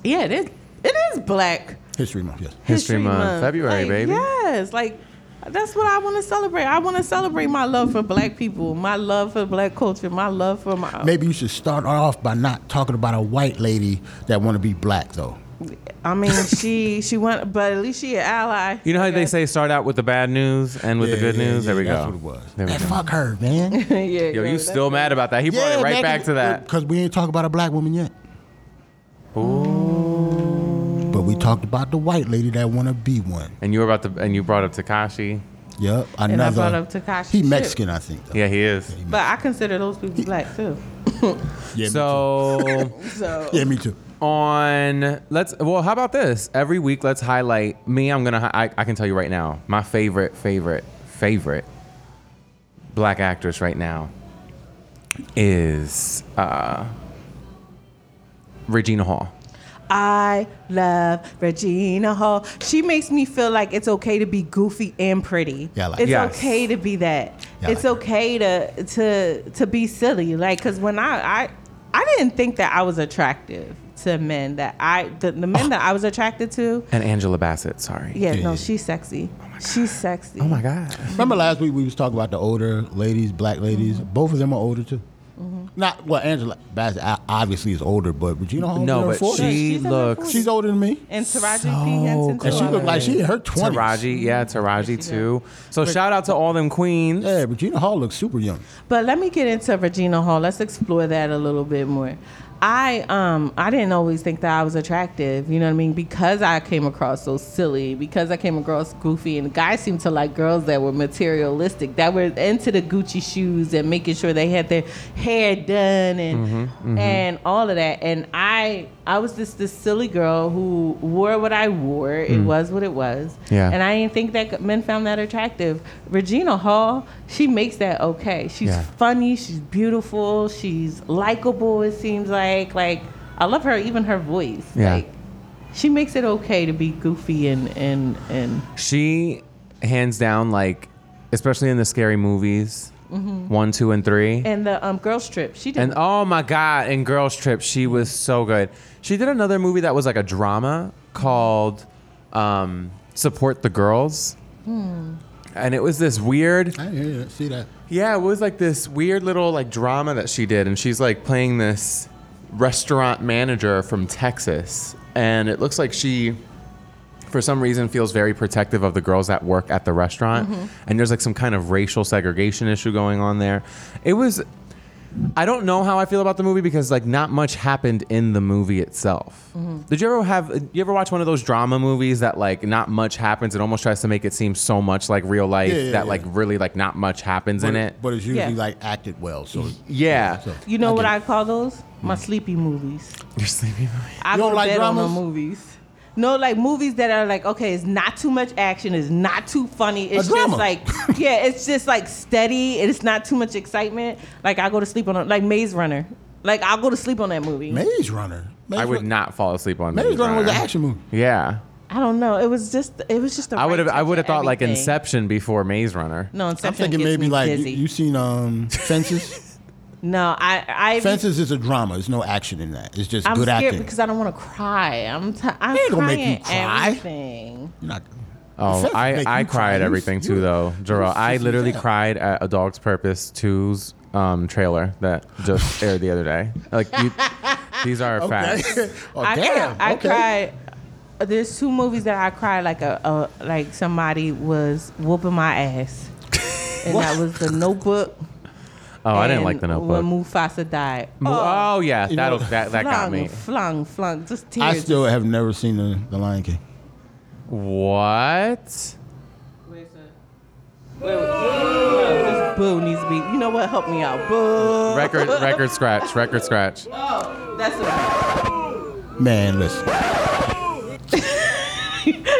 Yeah, it is. It is Black
History Month, yes.
History Month, February,
Like,
baby.
Yes, like that's what I want to celebrate. I want to celebrate my love for Black people, my love for Black culture, my love for my.
Maybe you should start off by not talking about a white lady that want to be black, though.
I mean, she she went, but at least she an ally.
You know how
I
they
guess.
say start out with the bad news and with the good news. there we
that's
go.
what it was.
There we
Man,
go.
fuck her, man.
yeah.
Yo,
yeah,
you
that's-
still mad about that? He brought it right back to that.
Because we ain't talking about a black woman yet. Ooh. But we talked about the white lady that want to be one.
And you were about to and you brought up Takashi.
Yep, another.
I brought up Tekashi
He
too.
Mexican, I think. Though.
Yeah, he is.
But I consider those people Black too.
Yeah,
So
So
me too. yeah, me too.
on let's well how about this every week let's highlight me i'm gonna hi- I, I can tell you right now my favorite favorite favorite black actress right now is uh regina hall
I love Regina Hall. She makes me feel like it's okay to be goofy and pretty.
Yeah, I like
it's
that. Yes.
okay to be that.
Yeah, I
it's
like
okay to to to be silly. Like, cause when I I I didn't think that I was attractive to men. That I the, the men that I was attracted to.
and angela bassett sorry
Yeah, no,
Yeah.
she's sexy. she's sexy.
oh my god
Remember last week we was talking about the older ladies, black ladies.
Mm-hmm.
Both of them are older too. Not well, Angela Bassett o- obviously is older, but Regina Hall.
no but
40s.
she
She's in her
looks
she's older than me,
And Taraji
So
P Henson. too,
and
I
she looked like she in her twenties.
Taraji, yeah, Taraji too. So shout out to all them queens.
Yeah, Regina Hall looks super young.
But let me get into Regina Hall. Let's explore that a little bit more. I um I didn't always think that I was attractive, you know what I mean? Because I came across so silly, because I came across goofy, and guys seemed to like girls that were materialistic, that were into the Gucci shoes and making sure they had their hair done and and all of that. And I I was just this silly girl who wore what I wore. It was what it was.
Yeah.
And I didn't think that men found that attractive. Regina Hall, she makes that okay. She's
Yeah.
funny. She's beautiful. She's likable. It seems like like I love her. Even her voice.
Yeah.
Like, she makes it okay to be goofy and and and
She hands down like, especially in the scary movies, one, two, and three.
and the um girl strip. She did.
And oh my god, in Girls Trip, she was so good. She did another movie that was like a drama called um, Support the Girls. And it was this weird
I didn't hear that- see that.
yeah, it was like this weird little like drama that she did, and she's like playing this restaurant manager from Texas, and it looks like she, for some reason, feels very protective of the girls that work at the restaurant,
Mm-hmm.
and there's like some kind of racial segregation issue going on there. It was. I don't know how I feel about the movie because like not much happened in the movie itself.
Mm-hmm.
Did you ever have you ever watch one of those drama movies that like not much happens? It almost tries to make it seem so much like real life
Yeah, yeah,
that
yeah.
like really like not much happens in
But,
it.
but it's usually
Yeah.
like acted well. So you
yeah.
you know what
get
I call those? My
Mm.
sleepy movies.
You're sleeping.
I
You don't
go to
like
bed on
dramas?
the movies. No, like movies that are like, okay, it's not too much action, it's not too funny, it's
drama.
just like, yeah, it's just like steady, and it's not too much excitement. Like I go to sleep on a, like Maze Runner, like I'll go to sleep on that movie.
Maze Runner. Maze
I would
Run-
not fall asleep on
Maze Runner was an action movie.
Yeah.
I don't know, it was just, it was just. The
I
right
would have I
touch
would have
of
thought like
everything.
Inception before Maze Runner.
No,
I'm
Inception
thinking
gets
maybe
me
like you,
dizzy.
you seen um, Fences.
no, I I
Fences is a drama. There's no action in that. It's just
I'm
good
scared
acting.
because I don't want to cry. I'm t- I'm
ain't gonna
crying
make you
at
cry.
everything.
You're not-
Oh,
Fences
I,
make
I
you
cry at
You-
everything
you-
too though, Jarrell. I
This is
literally
that.
cried at A Dog's Purpose 2's um, trailer that just aired the other day. Like you, these are facts.
oh,
I
damn.
Cry, I
okay.
cried. There's two movies that I cried like a, a like somebody was whooping my ass, and that was The Notebook.
Oh, I didn't like the
When
Notebook.
Mufasa died.
Oh yeah,
You know-
that that that got
flung,
me.
flung, flung. Just tears.
I still have never seen the, the Lion King.
What?
Boo needs to be. You know what? Help me out. Boo.
Record record scratch, record scratch.
That's a,
Man, listen.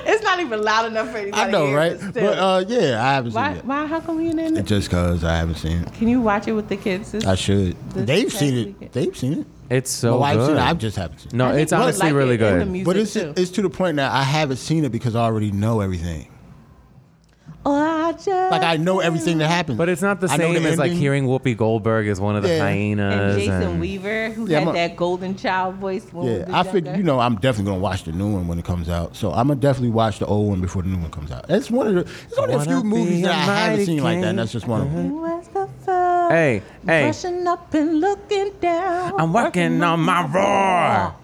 It's not even loud enough for anybody.
I know,
here,
right?
But,
But
still.
uh, yeah, I haven't
why?
seen
Why? How come you
it.
didn't?
Just because I haven't seen it.
Can you watch it with the kids? sis?
I should.
This
They've
past
seen it.
weekend.
They've seen it.
It's so
My wife's seen
good.
it. I just haven't seen it.
no,
think
it's
you would
honestly
like it
really
and the
good.
music,
But it's
too.
it's to the point now I haven't seen it because I already know everything.
oh, I just
Like I know everything that happens.
But it's not the
I know
same as like
ending.
hearing Whoopi Goldberg is one of the
Yeah.
and
hyenas.
Jason
and-
Weaver, who
Yeah,
had
I'm a-
that golden child voice. when we
Yeah,
was
I figure
younger.
you know I'm definitely gonna watch the new one when it comes out. So I'm gonna definitely watch the old one before the new one comes out. It's one of the it's only a
Wanna
few
be
movies that
a
I haven't
mighty
seen like that.
king.
And that's just one of them.
He was the first
Hey, hey.
brushing up and looking down.
I'm working on my roar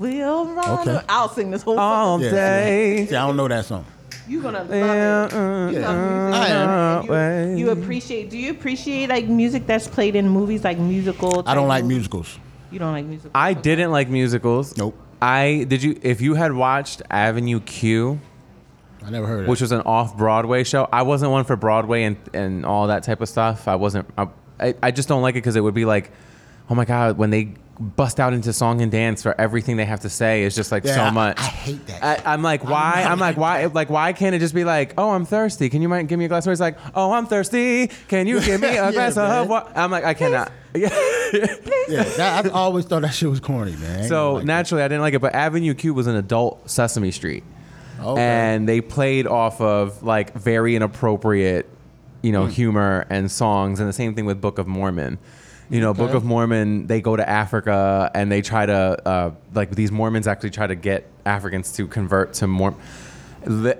We'll run.
Okay.
I'll sing this whole song.
all
Yeah,
day.
See, I don't know that song.
You're gonna love
Yeah,
it.
uh-uh.
uh,
You love
I
music.
am.
You, you appreciate? Do you appreciate like music that's played in movies, like musical?
I don't
type
like
movies?
musicals.
You don't like music.
I didn't like musicals.
Nope.
I did you if you had watched Avenue Q,
I never heard of
which
it.
was an off Broadway show. I wasn't one for Broadway and, and all that type of stuff. I wasn't. I, I- I just don't like it because it would be like, oh my god, when they bust out into song and dance for everything they have to say is just like
Yeah, I-
so much.
I hate that.
I, I'm like, why? I'm, like, why? Like, why can't it just be like, oh, I'm thirsty. Can you mind give me a glass? Or it's like, oh, I'm thirsty. Can you give me a
Yeah,
glass
man.
of water? I'm like, I cannot.
Yeah, that, I always thought that shit was corny, man. I ain't
So
gonna like
naturally, I didn't like it. But Avenue Q was an adult Sesame Street,
Okay.
and they played off of like very inappropriate, you
Hmm.
know, humor and songs. And the same thing with Book of Mormon. You know, Book of Mormon, they go to Africa and they try to uh, like these Mormons actually try to get Africans to convert to Mormon.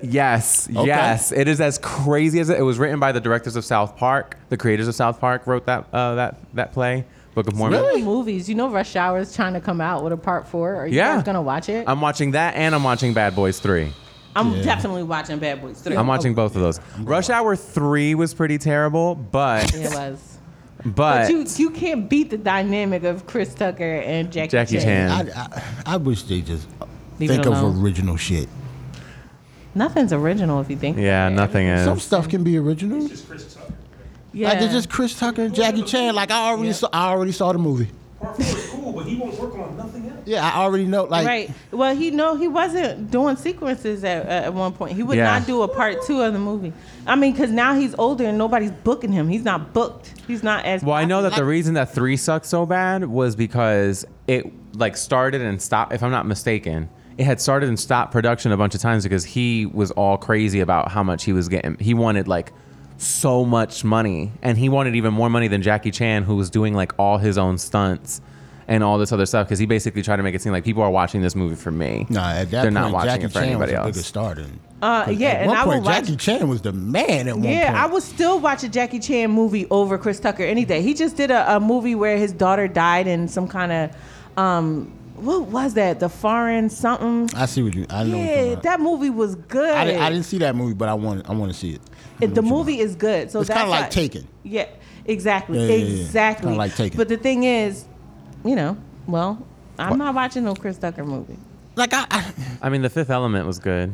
Yes,
Okay.
yes, it is as crazy as it, it was written by the directors of South Park. The creators of South Park wrote that uh, that that play, Book of Mormon.
Speaking of movies. You know, Rush Hour is trying to come out with a part four. Are you
Yeah.
guys gonna watch it? I'm,
I'm watching that and I'm watching Bad Boys 3.
definitely watching Bad Boys Three.
I'm watching both of those. Rush Hour 3 was pretty terrible, but
It was.
But-
you you can't beat the dynamic of Chris Tucker and Jackie,
Jackie Chan.
I, I, I wish they just
Leave
think
it alone.
of original shit.
Nothing's original if you think.
Yeah, nothing is.
Some stuff can be original.
It's Chris Tucker.
Yeah.
Like it's just Chris Tucker and Jackie Chan. Like I already saw, I already saw the movie.
Part four is cool, but he won't work on nothing else.
Yeah, I already know. Like
right. Well, he no, he wasn't doing sequences at, at one point. He would
Yeah.
not do a part two of the movie. I mean, because now he's older and nobody's booking him. He's not booked. He's not as.
Well, I know that the
popular.
reason that three sucked so bad was because it like started and stopped. If I'm not mistaken, it had started and stopped production a bunch of times because he was all crazy about how much he was getting. He wanted like so much money, and he wanted even more money than Jackie Chan, who was doing like all his own stunts and all this other stuff. Because he basically tried to make it seem like people are watching this movie for me.
nah, at that
they're
point,
not watching
Jackie
it for
Chan
anybody
was
else.
the biggest star. Then.
Uh,
'Cause
yeah,
at
and
one
I would
point,
watch-
Jackie Chan was the man at one point.
Yeah, I would still watch a Jackie Chan movie over Chris Tucker any day. He just did a, a movie where his daughter died in some kind of, um, what was that? The foreign something.
I see what you. I know. what you're
Yeah,
talking about.
that movie was good.
I, didn't, I didn't see that movie, but I want. I want to see it. I
It-
know
the
what you're
movie is good. So
It's
that's
kinda like
why-
Taken.
Yeah, exactly,
Yeah, yeah, yeah, yeah.
exactly.
Kinda like Taken.
But the thing is, you know, well, I'm not watching no Chris Tucker movie.
Like I, I,
I mean, The Fifth Element was good.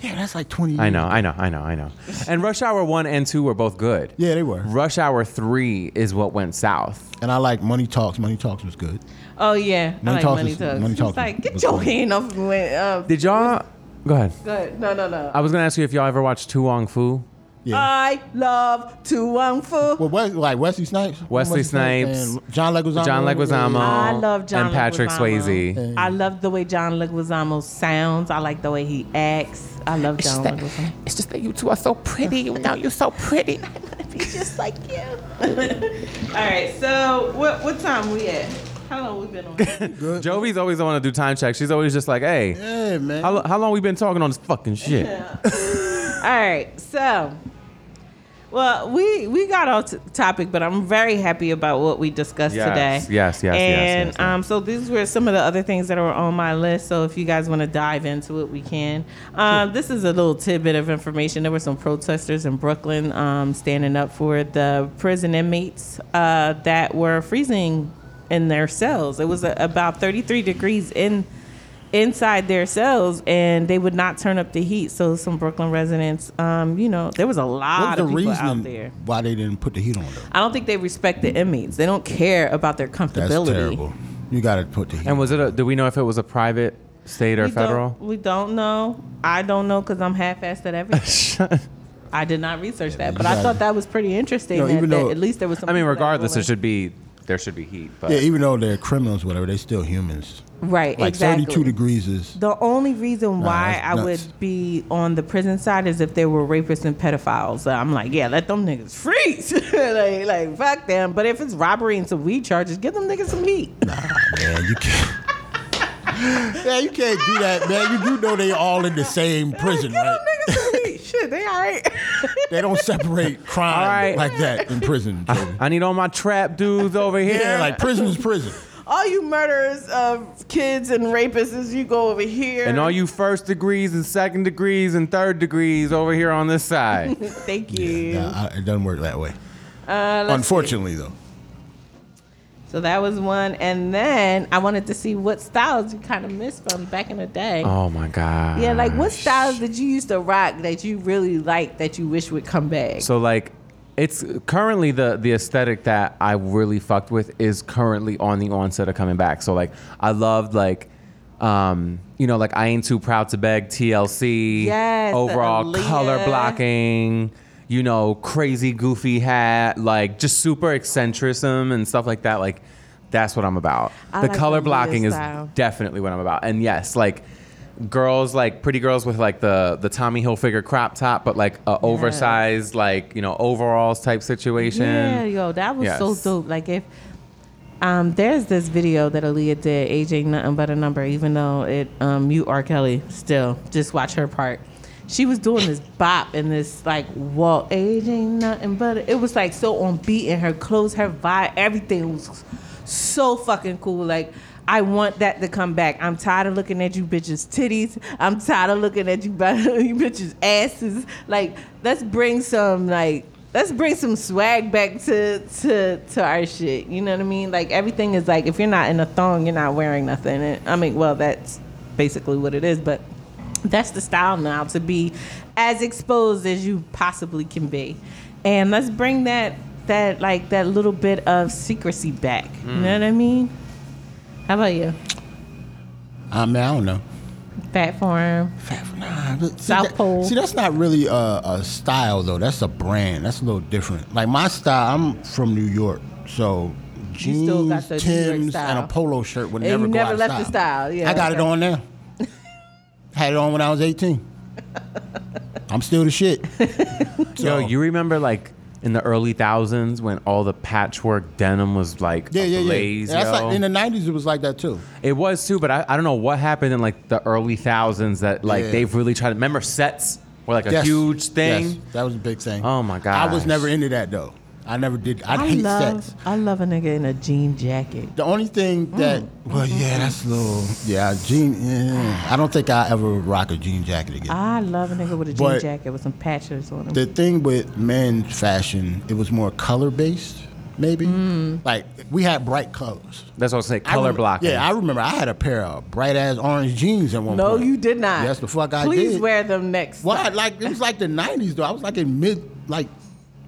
yeah, that's like twenty. Years.
I know, I know, I know, I know. And Rush Hour one and two were both good.
Yeah, they were.
Rush Hour three is what went south.
And I like Money Talks. Money Talks was good.
Oh yeah,
Money
I like
Talks
Money
is-
Talks.
Money
It's
Talks
like,
is-
get
is
your
good.
hand off me. Uh,
Did y'all? Go ahead.
good. No, no, no.
I was gonna ask you if y'all ever watched Tu Wong Fu.
Yeah.
I love Tu Wong Fu.
well, Wes, like Wesley Snipes.
Wesley Snipes.
and John Leguizamo.
John Leguizamo.
I love John
and Patrick
Leguizamo.
Swayze.
I love the way John Leguizamo sounds. I like the way he acts. I love John Leguizamo.
It's just that you two are so pretty. You know, you're so pretty.
just like you. All right, so what what time we at? How long we been on?
Jovi's always the one to do time check. She's always just like, "Hey,
Uh, Yeah, man.
how, how long we been talking on this fucking shit?"
All right, so well, we we got off t- topic, but I'm very happy about what we discussed
Yes,
today.
yes, yes, yes,
And
yes, yes.
um, so these were some of the other things that were on my list. So if you guys want to dive into it, we can. Um, this is a little tidbit of information. There were some protesters in Brooklyn um, standing up for the prison inmates uh, that were freezing in their cells. It was uh about 33 degrees in inside their cells and they would not turn up the heat so some brooklyn residents um, you know there was a
what
lot
was the
of people
reason
out there
why they didn't put the heat on though?
I don't think they respect the inmates. They don't care about their
That's
comfortability.
terrible. You got to put the heat.
And
on.
was it? A, do we know if it was a private, state, or
We
federal?
Don't, we don't know. I don't know because I'm half-assed at everything. I did not research that, but I
gotta-
thought that was pretty interesting.
No,
that,
even
that
though-
at least there was. Some
I mean,
people that
regardless,
were
it should be there should be heat. But
yeah, even though they're criminals, whatever, they're still humans.
like- right.
Like
exactly.
32 degrees is.
The only reason why
that's
I
nuts.
would be on the prison side is if there were rapists and pedophiles. So I'm like, yeah, let them niggas freeze. like, like, fuck them. But if it's robbery and some weed charges, give them niggas some heat.
Man, you can't. Yeah, you can't do that, man. You do know they all in the same prison,
give
right?
them niggas some heat. Shit, they all right.
They don't separate crime
All right.
like that in prison. Joey.
I need all my trap dudes over here.
Yeah, like prison is prison.
all you murderers of kids and rapists, is you go over here.
and all you first degrees and second degrees and third degrees over here on this side.
Thank you.
Nah, I- it doesn't work that way.
Uh, let's see.
Unfortunately, though.
So that was one. And then I wanted to see what styles you kind of missed from back in the day.
oh my god.
Yeah, like what styles did you used to rock that you really liked that you wish would come back?
So like it's currently the the aesthetic that I really fucked with is currently on the onset of coming back. So like I loved like um you know like I ain't too proud to beg TLC
Yes, the
overall
Aaliyah.
color blocking you know crazy goofy hat like just super eccentricism and stuff like that like that's what I'm about.
I
the
like
color
Aaliyah's
blocking is
style.
definitely what I'm about. And yes, like girls like pretty girls with like the the Tommy Hilfiger crop top but like a oversized like, you know, overalls type situation.
yeah, yo, that was so
Yes.
dope. Like if um, there's this video that Aaliyah did, "Age Ain't Nothing But a Number," even though it um, mute R. Kelly. Still, just watch her part. She was doing this bop and this like walk. Age ain't nothing but a-" it was like so on beat and her clothes, her vibe, everything was so fucking cool. Like I want that to come back. I'm tired of looking at you bitches' titties. I'm tired of looking at you, bu- you bitches' asses. Like let's bring some like let's bring some swag back to to to our shit. You know what I mean? Like everything is like if you're not in a thong, you're not wearing nothing. And, I mean, well, that's basically what it is, but that's the style now to be as exposed as you possibly can be. And let's bring that that like that little bit of secrecy back.
Mm.
You know what I mean? How about you?
I mean, Uh, I don't know.
Fat form.
Nah, but see,
South
that-
Pole.
See, that's not really a, a style though. That's a brand. That's a little different. Like my style, I'm from New York, so jeans,
You still got the New York
Tims,
style.
and a polo shirt would
And
never
you
go
never
out of
left the style, yeah,
I got it
okay.
on now. Had it on when I was 18. I'm still the shit.
Yo,
So-
you remember like in the early thousands when all the patchwork denim was like
yeah, yeah, yeah.
ablaze,
And that's
yo?
like, in the 90s, it was like that too.
It was too, but I, I don't know what happened in like the early thousands that like
Yeah.
they've really tried. to Remember sets were like a
Yes.
huge thing.
Yes, that was a big thing.
Oh, my
I was
gosh.
never into that though. I never did. I,
I
hate
love
sex.
I love a nigga in a jean jacket.
The only thing that,
Mm.
well, yeah, that's a little, yeah, jean. Yeah, I don't think I ever would rock a jean jacket again.
I love a nigga with a jean
But-
jacket with some patches on him.
the thing with men's fashion, it was more color based, maybe.
Mm.
Like we had bright colors.
That's what I was saying.
I
Color
rem-
blocking.
Yeah, I remember I had a pair of bright ass orange jeans at one
no,
point.
you did not.
Yes, the fuck I
Please
did.
wear them next.
Well, I-
time.
like it was like the '90s though. I was like in mid, like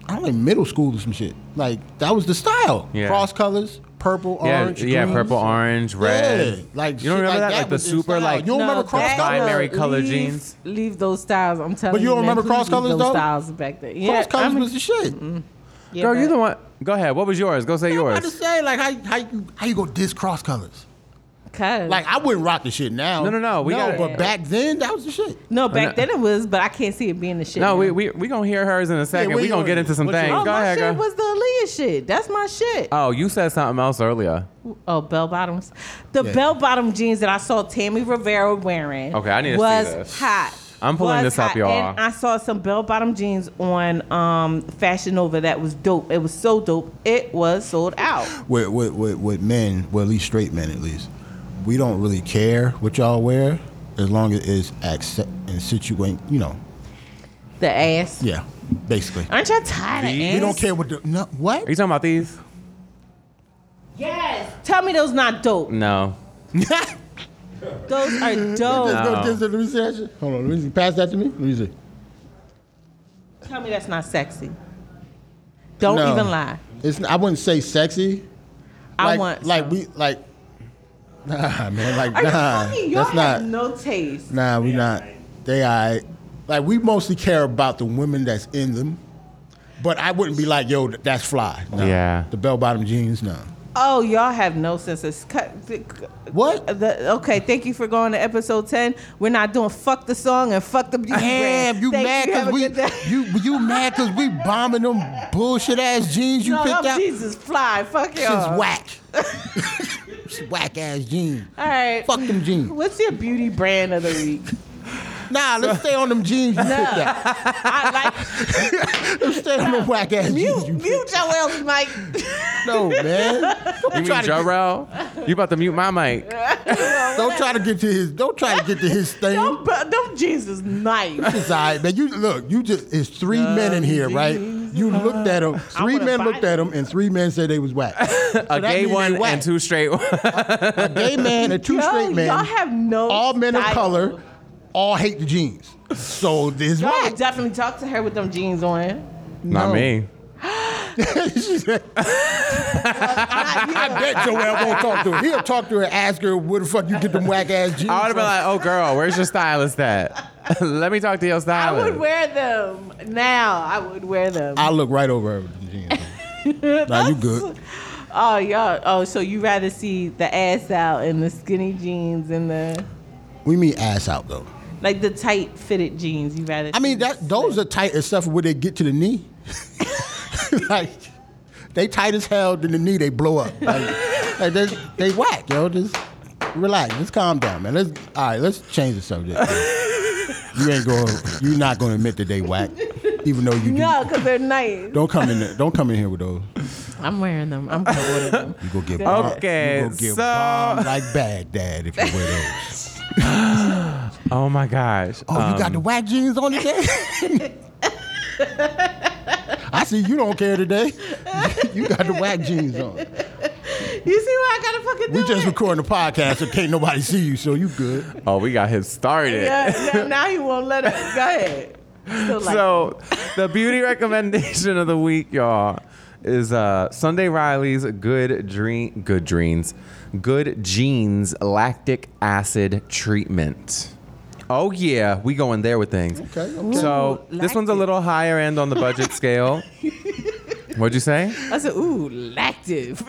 I don't like middle school or some shit. Like that was the style.
Yeah.
Cross colors, purple,
yeah,
orange.
yeah,
greens.
purple, orange, red.
Yeah, like
you don't
shit
remember that,
like that
like the
was in
super
style.
like.
You don't remember
that-
cross colors?
Primary colored
leave-
jeans?
Leave those styles. I'm telling you.
But you don't
man,
remember
please
cross
leave
colors,
those
though?
styles back then. Yeah,
Cross colors
I'm-
was the shit.
yeah,
Girl, you
but-
the one. Go ahead. What was yours? Go say
I'm about to
yours.
say like how how you how you go diss cross colors?
Cause
Like I wouldn't rock the shit now.
No, no, no, we
no,
gotta-
but back then that was the shit.
no, back
no.
then it was, but I can't see it being the shit.
No,
now.
we we we gonna hear hers in a second.
we
we gonna
gonna-
get into some
what's
things.
Oh,
Go
my
ahead,
shit
girl.
was the Aaliyah shit. That's my shit.
oh, you said something else earlier.
Oh, bell bottoms. The
Yeah.
bell bottom jeans that I saw Tammy Rivera wearing.
Okay, I need to see
was
this.
hot.
I'm pulling
Was
this up,
hot.
y'all.
And I saw some bell bottom jeans on um, Fashion Nova that was dope. It was so dope. It was sold out.
With with with, with men, well at least straight men at least, we don't really care what y'all wear as long as it's accept and situate. You know,
The ass.
yeah, basically.
Aren't y'all tired of ass?
We don't care what the no, what.
Are you talking about these?
Yes. Tell me those not dope.
No.
Those are dope.
Let's go diss it. Let me see that shit. Hold on, let me see. Pass that to me. Let me see.
Tell me that's not sexy. Don't
No.
even lie.
It's I wouldn't say sexy.
I
Like-
want
like
some.
we like. Nah, man, like
Are you
nah.
funny? Y'all
that's not.
have no taste.
Nah, we not. They I like we mostly care about the women that's in them. But I wouldn't be like, yo, th- that's fly. No.
Yeah.
The bell bottom jeans, no.
Oh, y'all have no sense of cut. th- c-
What?
The, okay, thank you for going to episode ten. We're not doing fuck the song and fuck the beauty brand.
Damn, you
Thank
mad
you. Have a
cause we
good day.
you you mad cause we bombing them bullshit ass jeans you
no,
picked
them
out?
Jesus fly. Fuck
Shit's
y'all.
whack. whack ass jeans.
All right.
Fuck them jeans.
What's your beauty brand of the week?
Nah, let's stay on them jeans you picked out.
I
Let's stay on them whack ass
like
jeans
mute,
you
mute your else, Mike.
No, man.
You mean
try to get-
Jarrell? You about to mute my mic?
Don't try to get to his don't try to get to his thing.
Them, bu- them jeans is nice.
It's all right, man. You look, you just it's three men in here, right? You looked at them. Three
wanna
men
buy
looked at them, and three men said they was whack.
A gay one and two straight ones.
A gay man and two
Yo,
straight men.
y'all have no
all men of
style.
color. All hate the jeans. So this
Y'all
whack.
would definitely talk to her with them jeans on.
Not
No.
me.
She said,
Not you.
I bet Joel won't talk to her. He'll talk to her, ask her where the fuck you get them whack ass jeans.
I would have
from?"
been like, "Oh, girl, where's your stylist at? Let me talk to your
I
stylist."
would wear them now. I would wear them.
I look right over her with the jeans. nah, you good.
Oh y'all. Oh, so you rather see the ass out and the skinny jeans and the
We mean ass out though.
like the tight fitted jeans. You rather.
I mean that those are tight except for where they get to the knee. like they tight as hell to the knee, they blow up. Like, like, they they whack, yo. Just relax. Just calm down, man. Let's all right, let's change the subject. you ain't going to you're not gonna admit that they whack. Even though you
no,
do
because they're nice.
don't come in there, don't come in here with those.
I'm wearing them. I'm gonna order them.
You go get bombed.
Okay,
you go get
so-
bombed like Baghdad if you wear those.
oh my gosh.
Oh,
Um,
you got the whack jeans on today? I see you don't care today. you got the whack jeans on.
You see why I gotta fucking do
We just
it?
recording a podcast, so can't nobody see you, so you good.
Oh, we got him started.
Yeah, now, now you won't let us. Go ahead. Still like,
so the beauty recommendation of the week, y'all, is uh, Sunday Riley's Good Dream, Good Dreams, Good Jeans Lactic Acid Treatment. Oh yeah, we going there with things.
Okay, okay.
So
Ooh,
this one's a
lactic.
little higher end on the budget scale. What'd you say?
I said, ooh, lactive.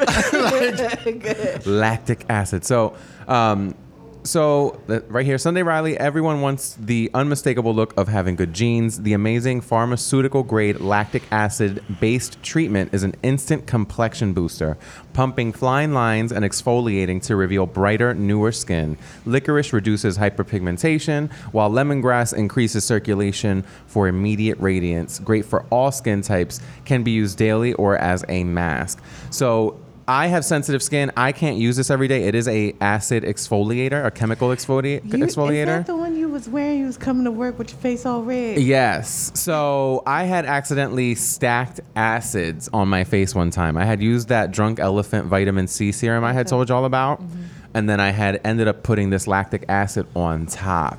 Good.
lactic acid. So, um, so uh, right here, Sunday Riley. Everyone wants the unmistakable look of having good genes. The amazing pharmaceutical grade lactic acid based treatment is an instant complexion booster, pumping fine lines and exfoliating to reveal brighter, newer skin. Licorice reduces hyperpigmentation, while lemongrass increases circulation for immediate radiance. Great for all skin types. Can be used daily or as a mask. So I have sensitive skin. I can't use this every day. It is a acid exfoliator, a chemical exfoli-
You- Is
exfoliator.
that the one you was wearing? You was coming to work with your face all red.
Yes. So I had accidentally stacked acids on my face one time. I had used that drunk elephant vitamin C serum I had told y'all about,
Mm-hmm.
and then I had ended up putting this lactic acid on top.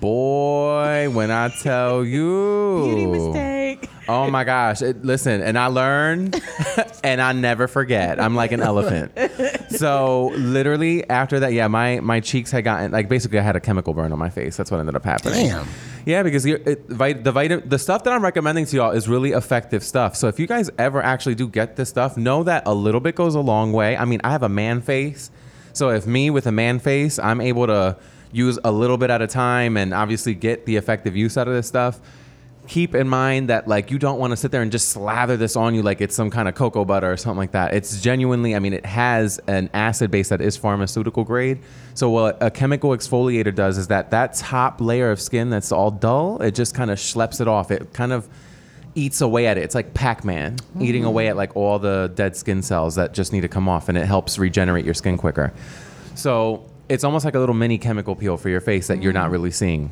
Boy, when I tell you,
Beauty mistake.
Oh my gosh. It, listen, and I learned and I never forget. I'm like an elephant. So literally after that, yeah, my, my cheeks had gotten like basically I had a chemical burn on my face. That's what ended up happening.
Damn.
Yeah, because you're, it, vit, the vita, the stuff that I'm recommending to y'all is really effective stuff. So if you guys ever actually do get this stuff, know that a little bit goes a long way. I mean, I have a man face, so if me with a man face, I'm able to use a little bit at a time and obviously get the effective use out of this stuff. Keep in mind that like you don't want to sit there and just slather this on you like it's some kind of cocoa butter or something like that. It's genuinely, I mean, it has an acid base that is pharmaceutical grade. So what a chemical exfoliator does is that that top layer of skin that's all dull, it just kind of schleps it off. It kind of eats away at it. It's like Pac-Man eating away at like all the dead skin cells that just need to come off, and it helps regenerate your skin quicker. So it's almost like a little mini chemical peel for your face that you're
Mm.
not really seeing.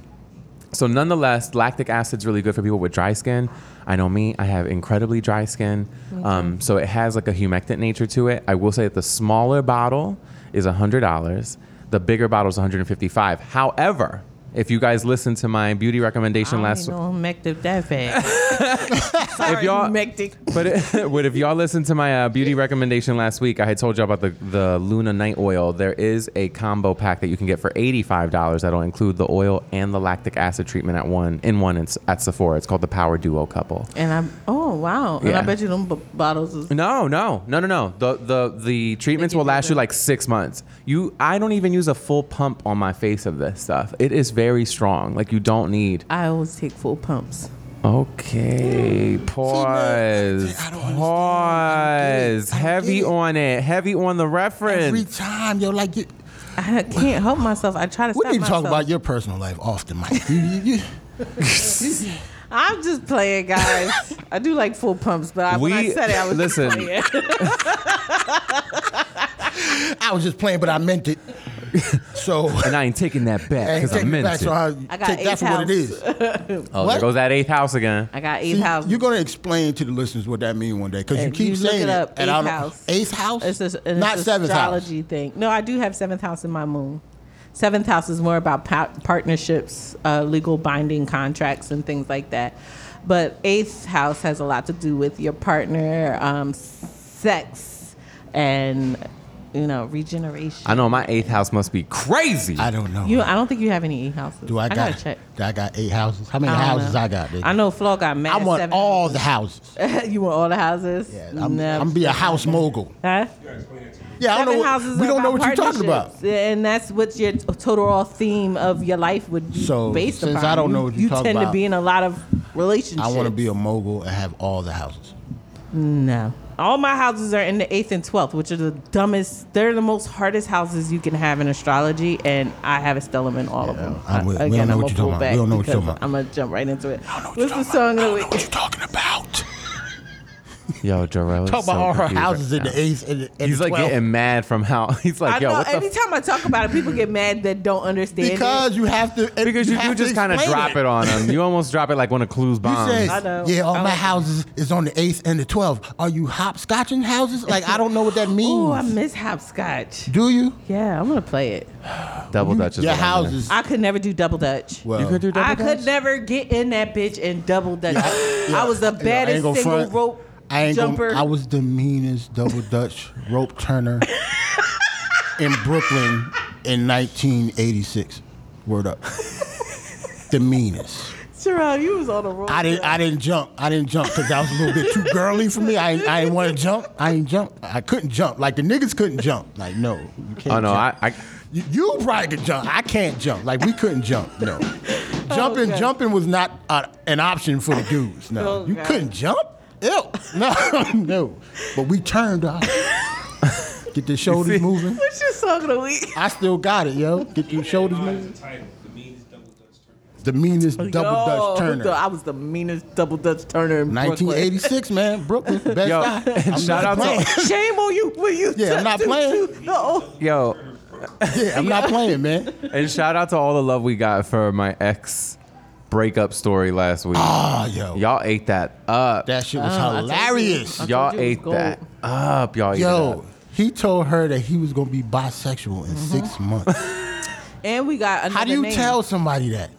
So nonetheless, lactic acid's really good for people with dry skin. I know me, I have incredibly dry skin. Um, so it has like a humectant nature to it. I will say that the smaller bottle is $100. The bigger bottle is 155. However, if you guys listen to my beauty recommendation
I
last
ain't no humective that fast. Sorry,
y'all-
humectic.
But, it, but if y'all listened to my uh, beauty recommendation last week, I had told you about the, the Luna Night Oil. There is a combo pack that you can get for $85 that'll include the oil and the lactic acid treatment at one in one it's at Sephora. It's called the Power Duo Couple.
And I'm, oh, wow. And
Yeah.
I bet you them b- bottles is
No, no, no, no, no. The the the treatments will
give you
last you
the-
like six months. You, I don't even use a full pump on my face of this stuff. It is very strong. Like you don't need.
I always take full pumps.
Okay, pause,
I don't understand.
pause.
I don't get it. I don't
Heavy
get it.
on it, heavy on the
Every
reference.
time, yo, like, you,
I can't help myself. I try to
we
stop
need to
myself.
talk about your personal life off the mic. You- you- you-
I'm just playing, guys. I do like full pumps, but I, when I
We-
said it, I was
listen.
Just playing.
I was just playing, but I meant it. So.
And I ain't taking that back because I
take it
meant
back,
it.
so I,
I got
take that
eighth
for
house.
what it is.
oh, there
What?
goes that eighth house again.
I got eighth
See,
house.
You're gonna explain to the listeners what that means one day because you
And
keep
you look
saying
it up,
and I
eighth
don't-
house.
Eighth house,
It's just it's
not
a
seventh house.
astrology thing. No, I do have seventh house in my moon. Seventh house is more about pa- partnerships, uh, legal binding contracts, and things like that. But eighth house has a lot to do with your partner, um, sex, and you know regeneration.
I know my eighth house must be crazy.
I don't know.
you, I don't think you have any eighth houses.
do I, got?
gotta check.
Do I got eight houses? How many
I don't
houses
know.
I got? nigga?
I know Flo got mad.
I want
seven
all the houses.
houses. you want all the houses?
Yeah, I'm,
No.
I'm be a house mogul.
Huh?
Yeah, I don't know.
Seven
What,
houses
we
are
don't know
about
what you're talking about.
partnerships, and that's what your t- total theme of your life would be
So,
based
since
upon.
I don't know what you're
you
talking
tend to
about,
be in a lot of relationships.
I want to be a mogul and have all the houses.
no. All my houses are in the eighth and twelfth, which are the dumbest. They're the most hardest houses you can have in astrology, and I have a stellium in all of them. Uh,
I'm with- we don't know
I'm
what you're talking about. We don't know what you're talking about.
I'm gonna pull back because I'ma jump right into it.
I don't know what
What's the
you're talking about.
song of the
I don't know
week?
what you're talking about.
Yo, Jarrell. is
Talk about
so
all her
confused right
houses in
now.
the eighth and, and
He's like
12th.
getting mad from how he's like,
I
yo,
know.
what the f-
Anytime I talk about it, people get mad that don't understand. it.
because you have to. and
because you do
have to
just kind of
explain
drop it. on him. You almost drop it like one of Clue's
You
bombs.
said,
I know.
yeah, all
I
my
like it.
houses is on the eighth and the twelfth. Are you hopscotching houses? Like I don't know what that
Ooh, I
means.
miss hopscotch.
do you?
Yeah, I'm gonna play it.
double Dutch. is
Your
what I'm gonna-
houses.
I could never do double dutch.
Well,
You could do double
I
Dutch?
could never get in that bitch and double dutch. I was the
You know, I ain't
baddest
gonna
single
front.
rope
I ain't gonna-
jumper.
I was the meanest double Dutch rope turner in Brooklyn in 1986. Word up. the meanest.
Sherrod, you was on a roll.
I didn't. I didn't jump. I didn't jump because that was a little bit too girly for me. I ain't- I didn't want to jump. I ain't jump. I couldn't jump. Like the niggas couldn't jump. Like no, you can't.
Oh no,
jump.
I, I
You, you probably could jump. I can't jump. Like we couldn't jump. No, jumping,
God.
jumping was not uh, an option for the dudes. No,
Oh,
you
God.
couldn't jump. Ew. No, no. But we turned off. Get the shoulders moving.
What's your song of the week?
I still got it, yo. Get your shoulders moving.
The title, the meanest double dutch turn.
The meanest double
Yo,
Dutch Turner.
the- I was the meanest double dutch turner in Brooklyn.
1986, man. Brooklyn, best
Yo,
guy.
and
I'm
shout
not
out to-
playing.
Shame on you when you
Yeah, I'm not playing.
No.
yo,
Yeah, I'm not playing, man.
and shout out to all the love we got for my ex breakup story last week.
Oh, yo.
y'all ate that up.
That shit was hilarious.
told
y'all
you it was
ate that
gold.
up. Y'all ate it
Yo,
up.
he told her that he was going to be bisexual in six months.
And we got another
How do you
name.
tell somebody that?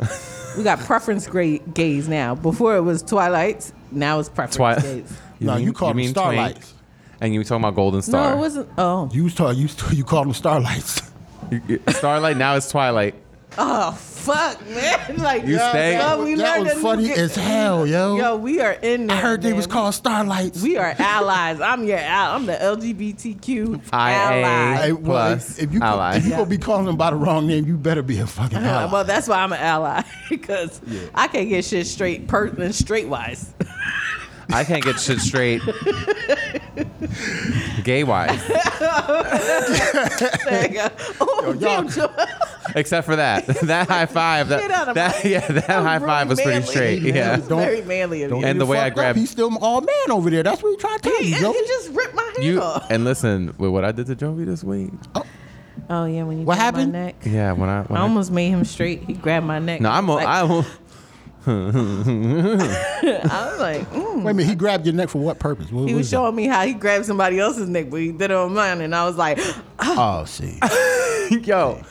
We got preference grade gays now. Before it was Twilights, now it's preference
Twi-
gays.
No, you called them starlights.
twink? And you were talking about Golden Star.
No, it wasn't. Oh,
You was talk, you, was- you called them starlights.
You- you- Starlight. Now it's Twilight.
oh, fuck, man! Like
You stay-
yo, we
that
learned
was
a new
funny
ga-
as hell, yo.
Yo, we are in. There,
I heard they
man.
was called starlights.
We are allies. I'm your ally. I'm the LGBTQ ally.
IA.
Hey, well,
Plus
if, if you
ally.
if you
Yeah. Uh-huh.
gonna be calling them by the wrong name, you better be a fucking ally.
Well, that's why I'm an ally because I can't get shit straight, per- and straight wise.
I can't get shit straight. Gay wise,
There you go. Oh,
y'all-
damn, Joel.
except for that. That high five. That,
Get out of
that
my-
yeah. That
I'm
high
really
five was pretty
manly.
straight. Yeah.
That's very manly of
Don't
you.
get
And
it
the way I
fucked up.
grabbed-
he's still all man over there. That's what he trying to tell
He,
you, yo.
he just ripped my hair
You
off.
and listen with what I did to Jovi this week.
Oh yeah, when you
What
grabbed
happened?
My neck.
Yeah, when I, when
I
I-
almost made him straight. He grabbed my neck.
no, I'm a,
like,
I'm a,
I was like, mm.
Wait a minute, he grabbed your neck for what purpose? What
he was
that?
showing me how he grabbed somebody else's neck, but he did it on mine, and I was like,
Oh, see,
yo.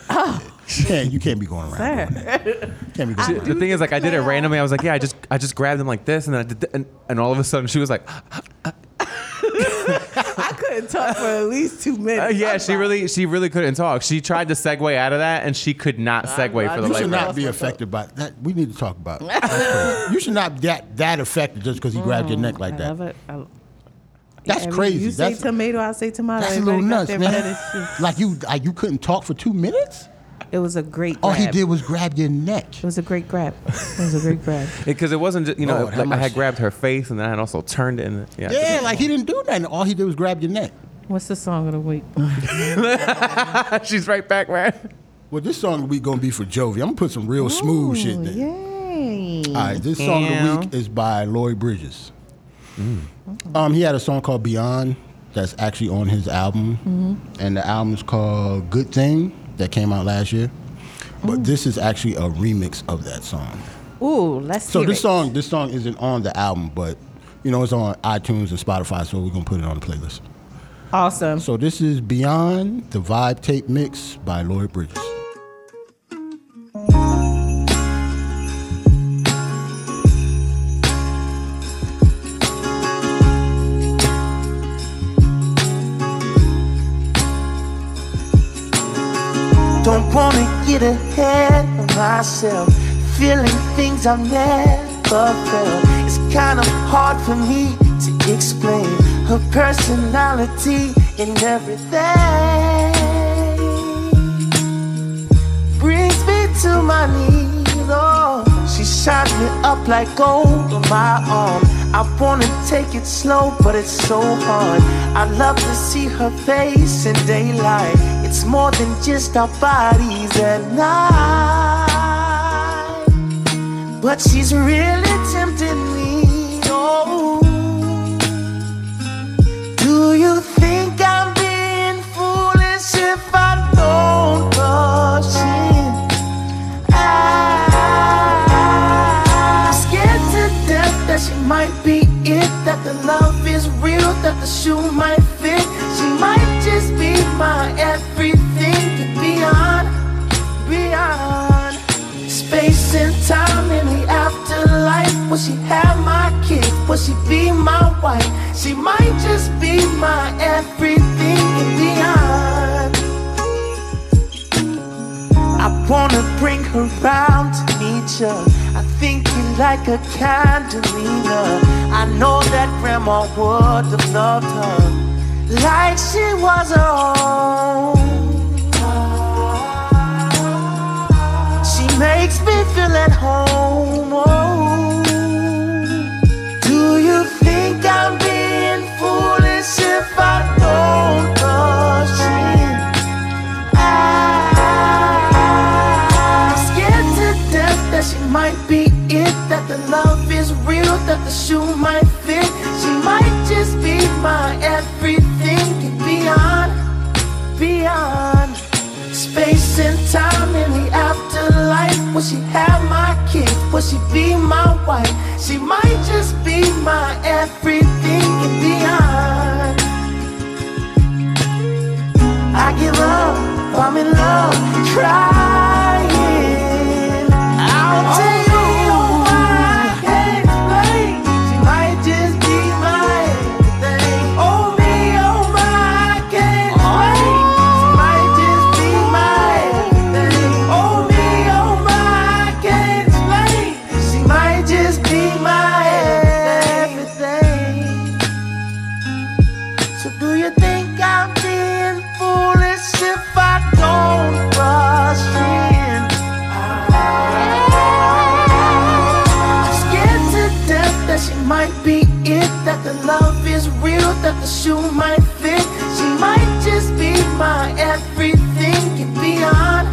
you can't, you can't be going around. Doing that. You can't be going around.
The thing is, like, I did it randomly. I was like, yeah, I just I just grabbed him like this, and then I did, th- and, and all of a sudden she was like,
I couldn't talk for at least two
Uh,
minutes. I
yeah,
was
she
like,
really, she really couldn't talk. She tried to segue out of that, and she could not segue
I-
for the
You
life.
should
of her.
not be affected by that. We need to talk about. it. That's crazy. you should not that that affected just because he grabbed your neck
Mm, I
like
love
that.
it. I-
That's
Every-
crazy.
You say
That's-
tomato, I say tomato.
That's a
Everybody
little
got
nuts,
their
man.
fetish.
Like you, like you couldn't talk for two minutes.
It was a great.
All
Grab.
oh, he did was grab your neck.
It was a great grab. It was a great grab.
because it wasn't just you know
Lord,
like
how
I
Oh, much-
had grabbed her face and then I had also turned it and yeah.
Yeah, like he didn't do nothing. All he did was grab your neck.
What's the song of the week?
Oh,
she's right back man.
Well, this song we gonna be for Jovi. I'm gonna put some real smooth shit. Then.
Yay!
All right, this song
Yeah.
of the week is by Lloyd Bridges. Um, he had a song called Beyond that's actually on his album,
Mm-hmm.
and the album's called Good Thing that came out last year. But this is actually a remix of that song.
Ooh, let's
So
hear
this
it.
song, this song isn't on the album, but you know it's on iTunes and Spotify, so we're gonna put it on the playlist.
Awesome.
So this is Beyond the Vibe Tape Mix by Lloyd Bridges.
Don't wanna get ahead of myself. Feeling things I've never felt. It's kinda hard for me to explain her personality and everything. Brings me to my knees. Oh, she shot me up like gold on my arm. I wanna take it slow, but it's so hard. I love to see her face in daylight. It's more than just our bodies at night. But she's really tempting me. Oh, Will she have my kid? Will she be my wife? She might just be my everything and beyond. I wanna bring her round to meet ya. I think you like a candelina. I know that grandma would have loved her like she was her own. She makes me feel at home. Oh. Do you think I'm being foolish if I don't rush in? I'm scared to death that she might be it, that the love is real, that the shoe might fit. She might just be my everything and beyond, beyond space and time in the afterlife. Will she have my kid? Will she be my wife? She might just be my everything and beyond. I give up, I'm in love, crying out to you. I can't explain. She might just be my everything. Oh me, oh my, I can't explain. She might just be my everything. Oh me, oh my, I can't explain. She might just be my everything. So do you think I'm being foolish if I don't rush in? I'm scared to death that she might be it, that the love is real, that the shoe might fit. She might just be my everything and beyond.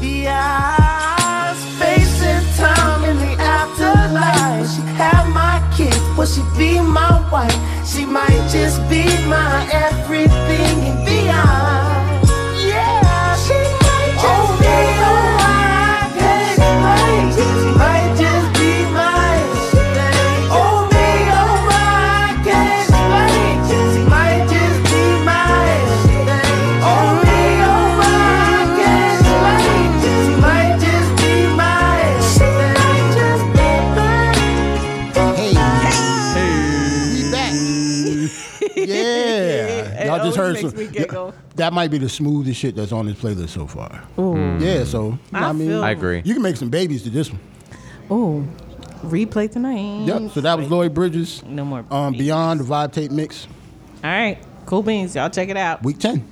Beyond space and time in the afterlife. Will she have my kid? Will she be my wife? She might just be my everything and beyond. Yeah, she might just be my everything. She might just be my everything. Oh me, oh my, can't explain. She might just be my everything. Oh me, oh my, can't explain. She might just be my everything.
Hey. We back. Yeah.
It
Y'all
always
just heard
makes
some.
me giggle.
That might be the smoothest shit that's on this playlist so far. Yeah, so you know
I
what I mean,
feel-
I agree.
you can make some babies to this one.
Oh, replay tonight.
Yep. So that was Lloyd Bridges.
Mm. No more
Um,
babies.
Beyond the Vibe Tape Mix,
All right, cool beans. Y'all check it out.
week ten.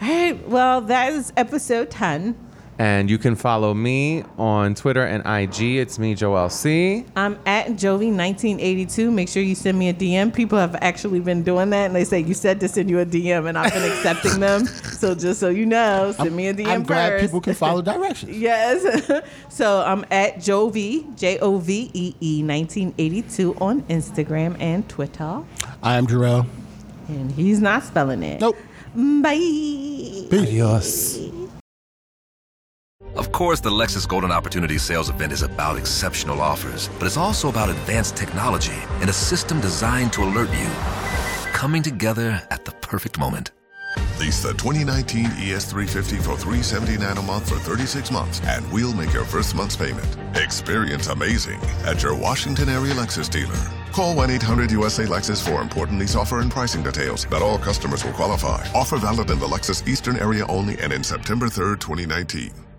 All right, well that is episode ten.
And you can follow me on Twitter and IG. It's me, Joel C.
I'm at Jovi1982. Make sure you send me a DM. People have actually been doing that, and they say you said to send you a DM, and I've been accepting them. So just so you know, send me a DM
I'm
first.
glad people can follow directions.
Yes. so I'm at Jovi, J O V E E 1982 on Instagram and Twitter.
I am Jarrell.
And he's not spelling it.
Nope.
Bye.
Of course, the Lexus Golden Opportunity Sales Event is about exceptional offers, but it's also about advanced technology and a system designed to alert you, coming together at the perfect moment.
Lease the E 2019 ES350 for $379 a month for 36 months, and we'll make your first month's payment. Experience amazing at your Washington area Lexus dealer. Call 1 800 USA Lexus for important lease offer and pricing details. Not all customers will qualify. Offer valid in the Lexus Eastern area only and in September 3rd, 2019.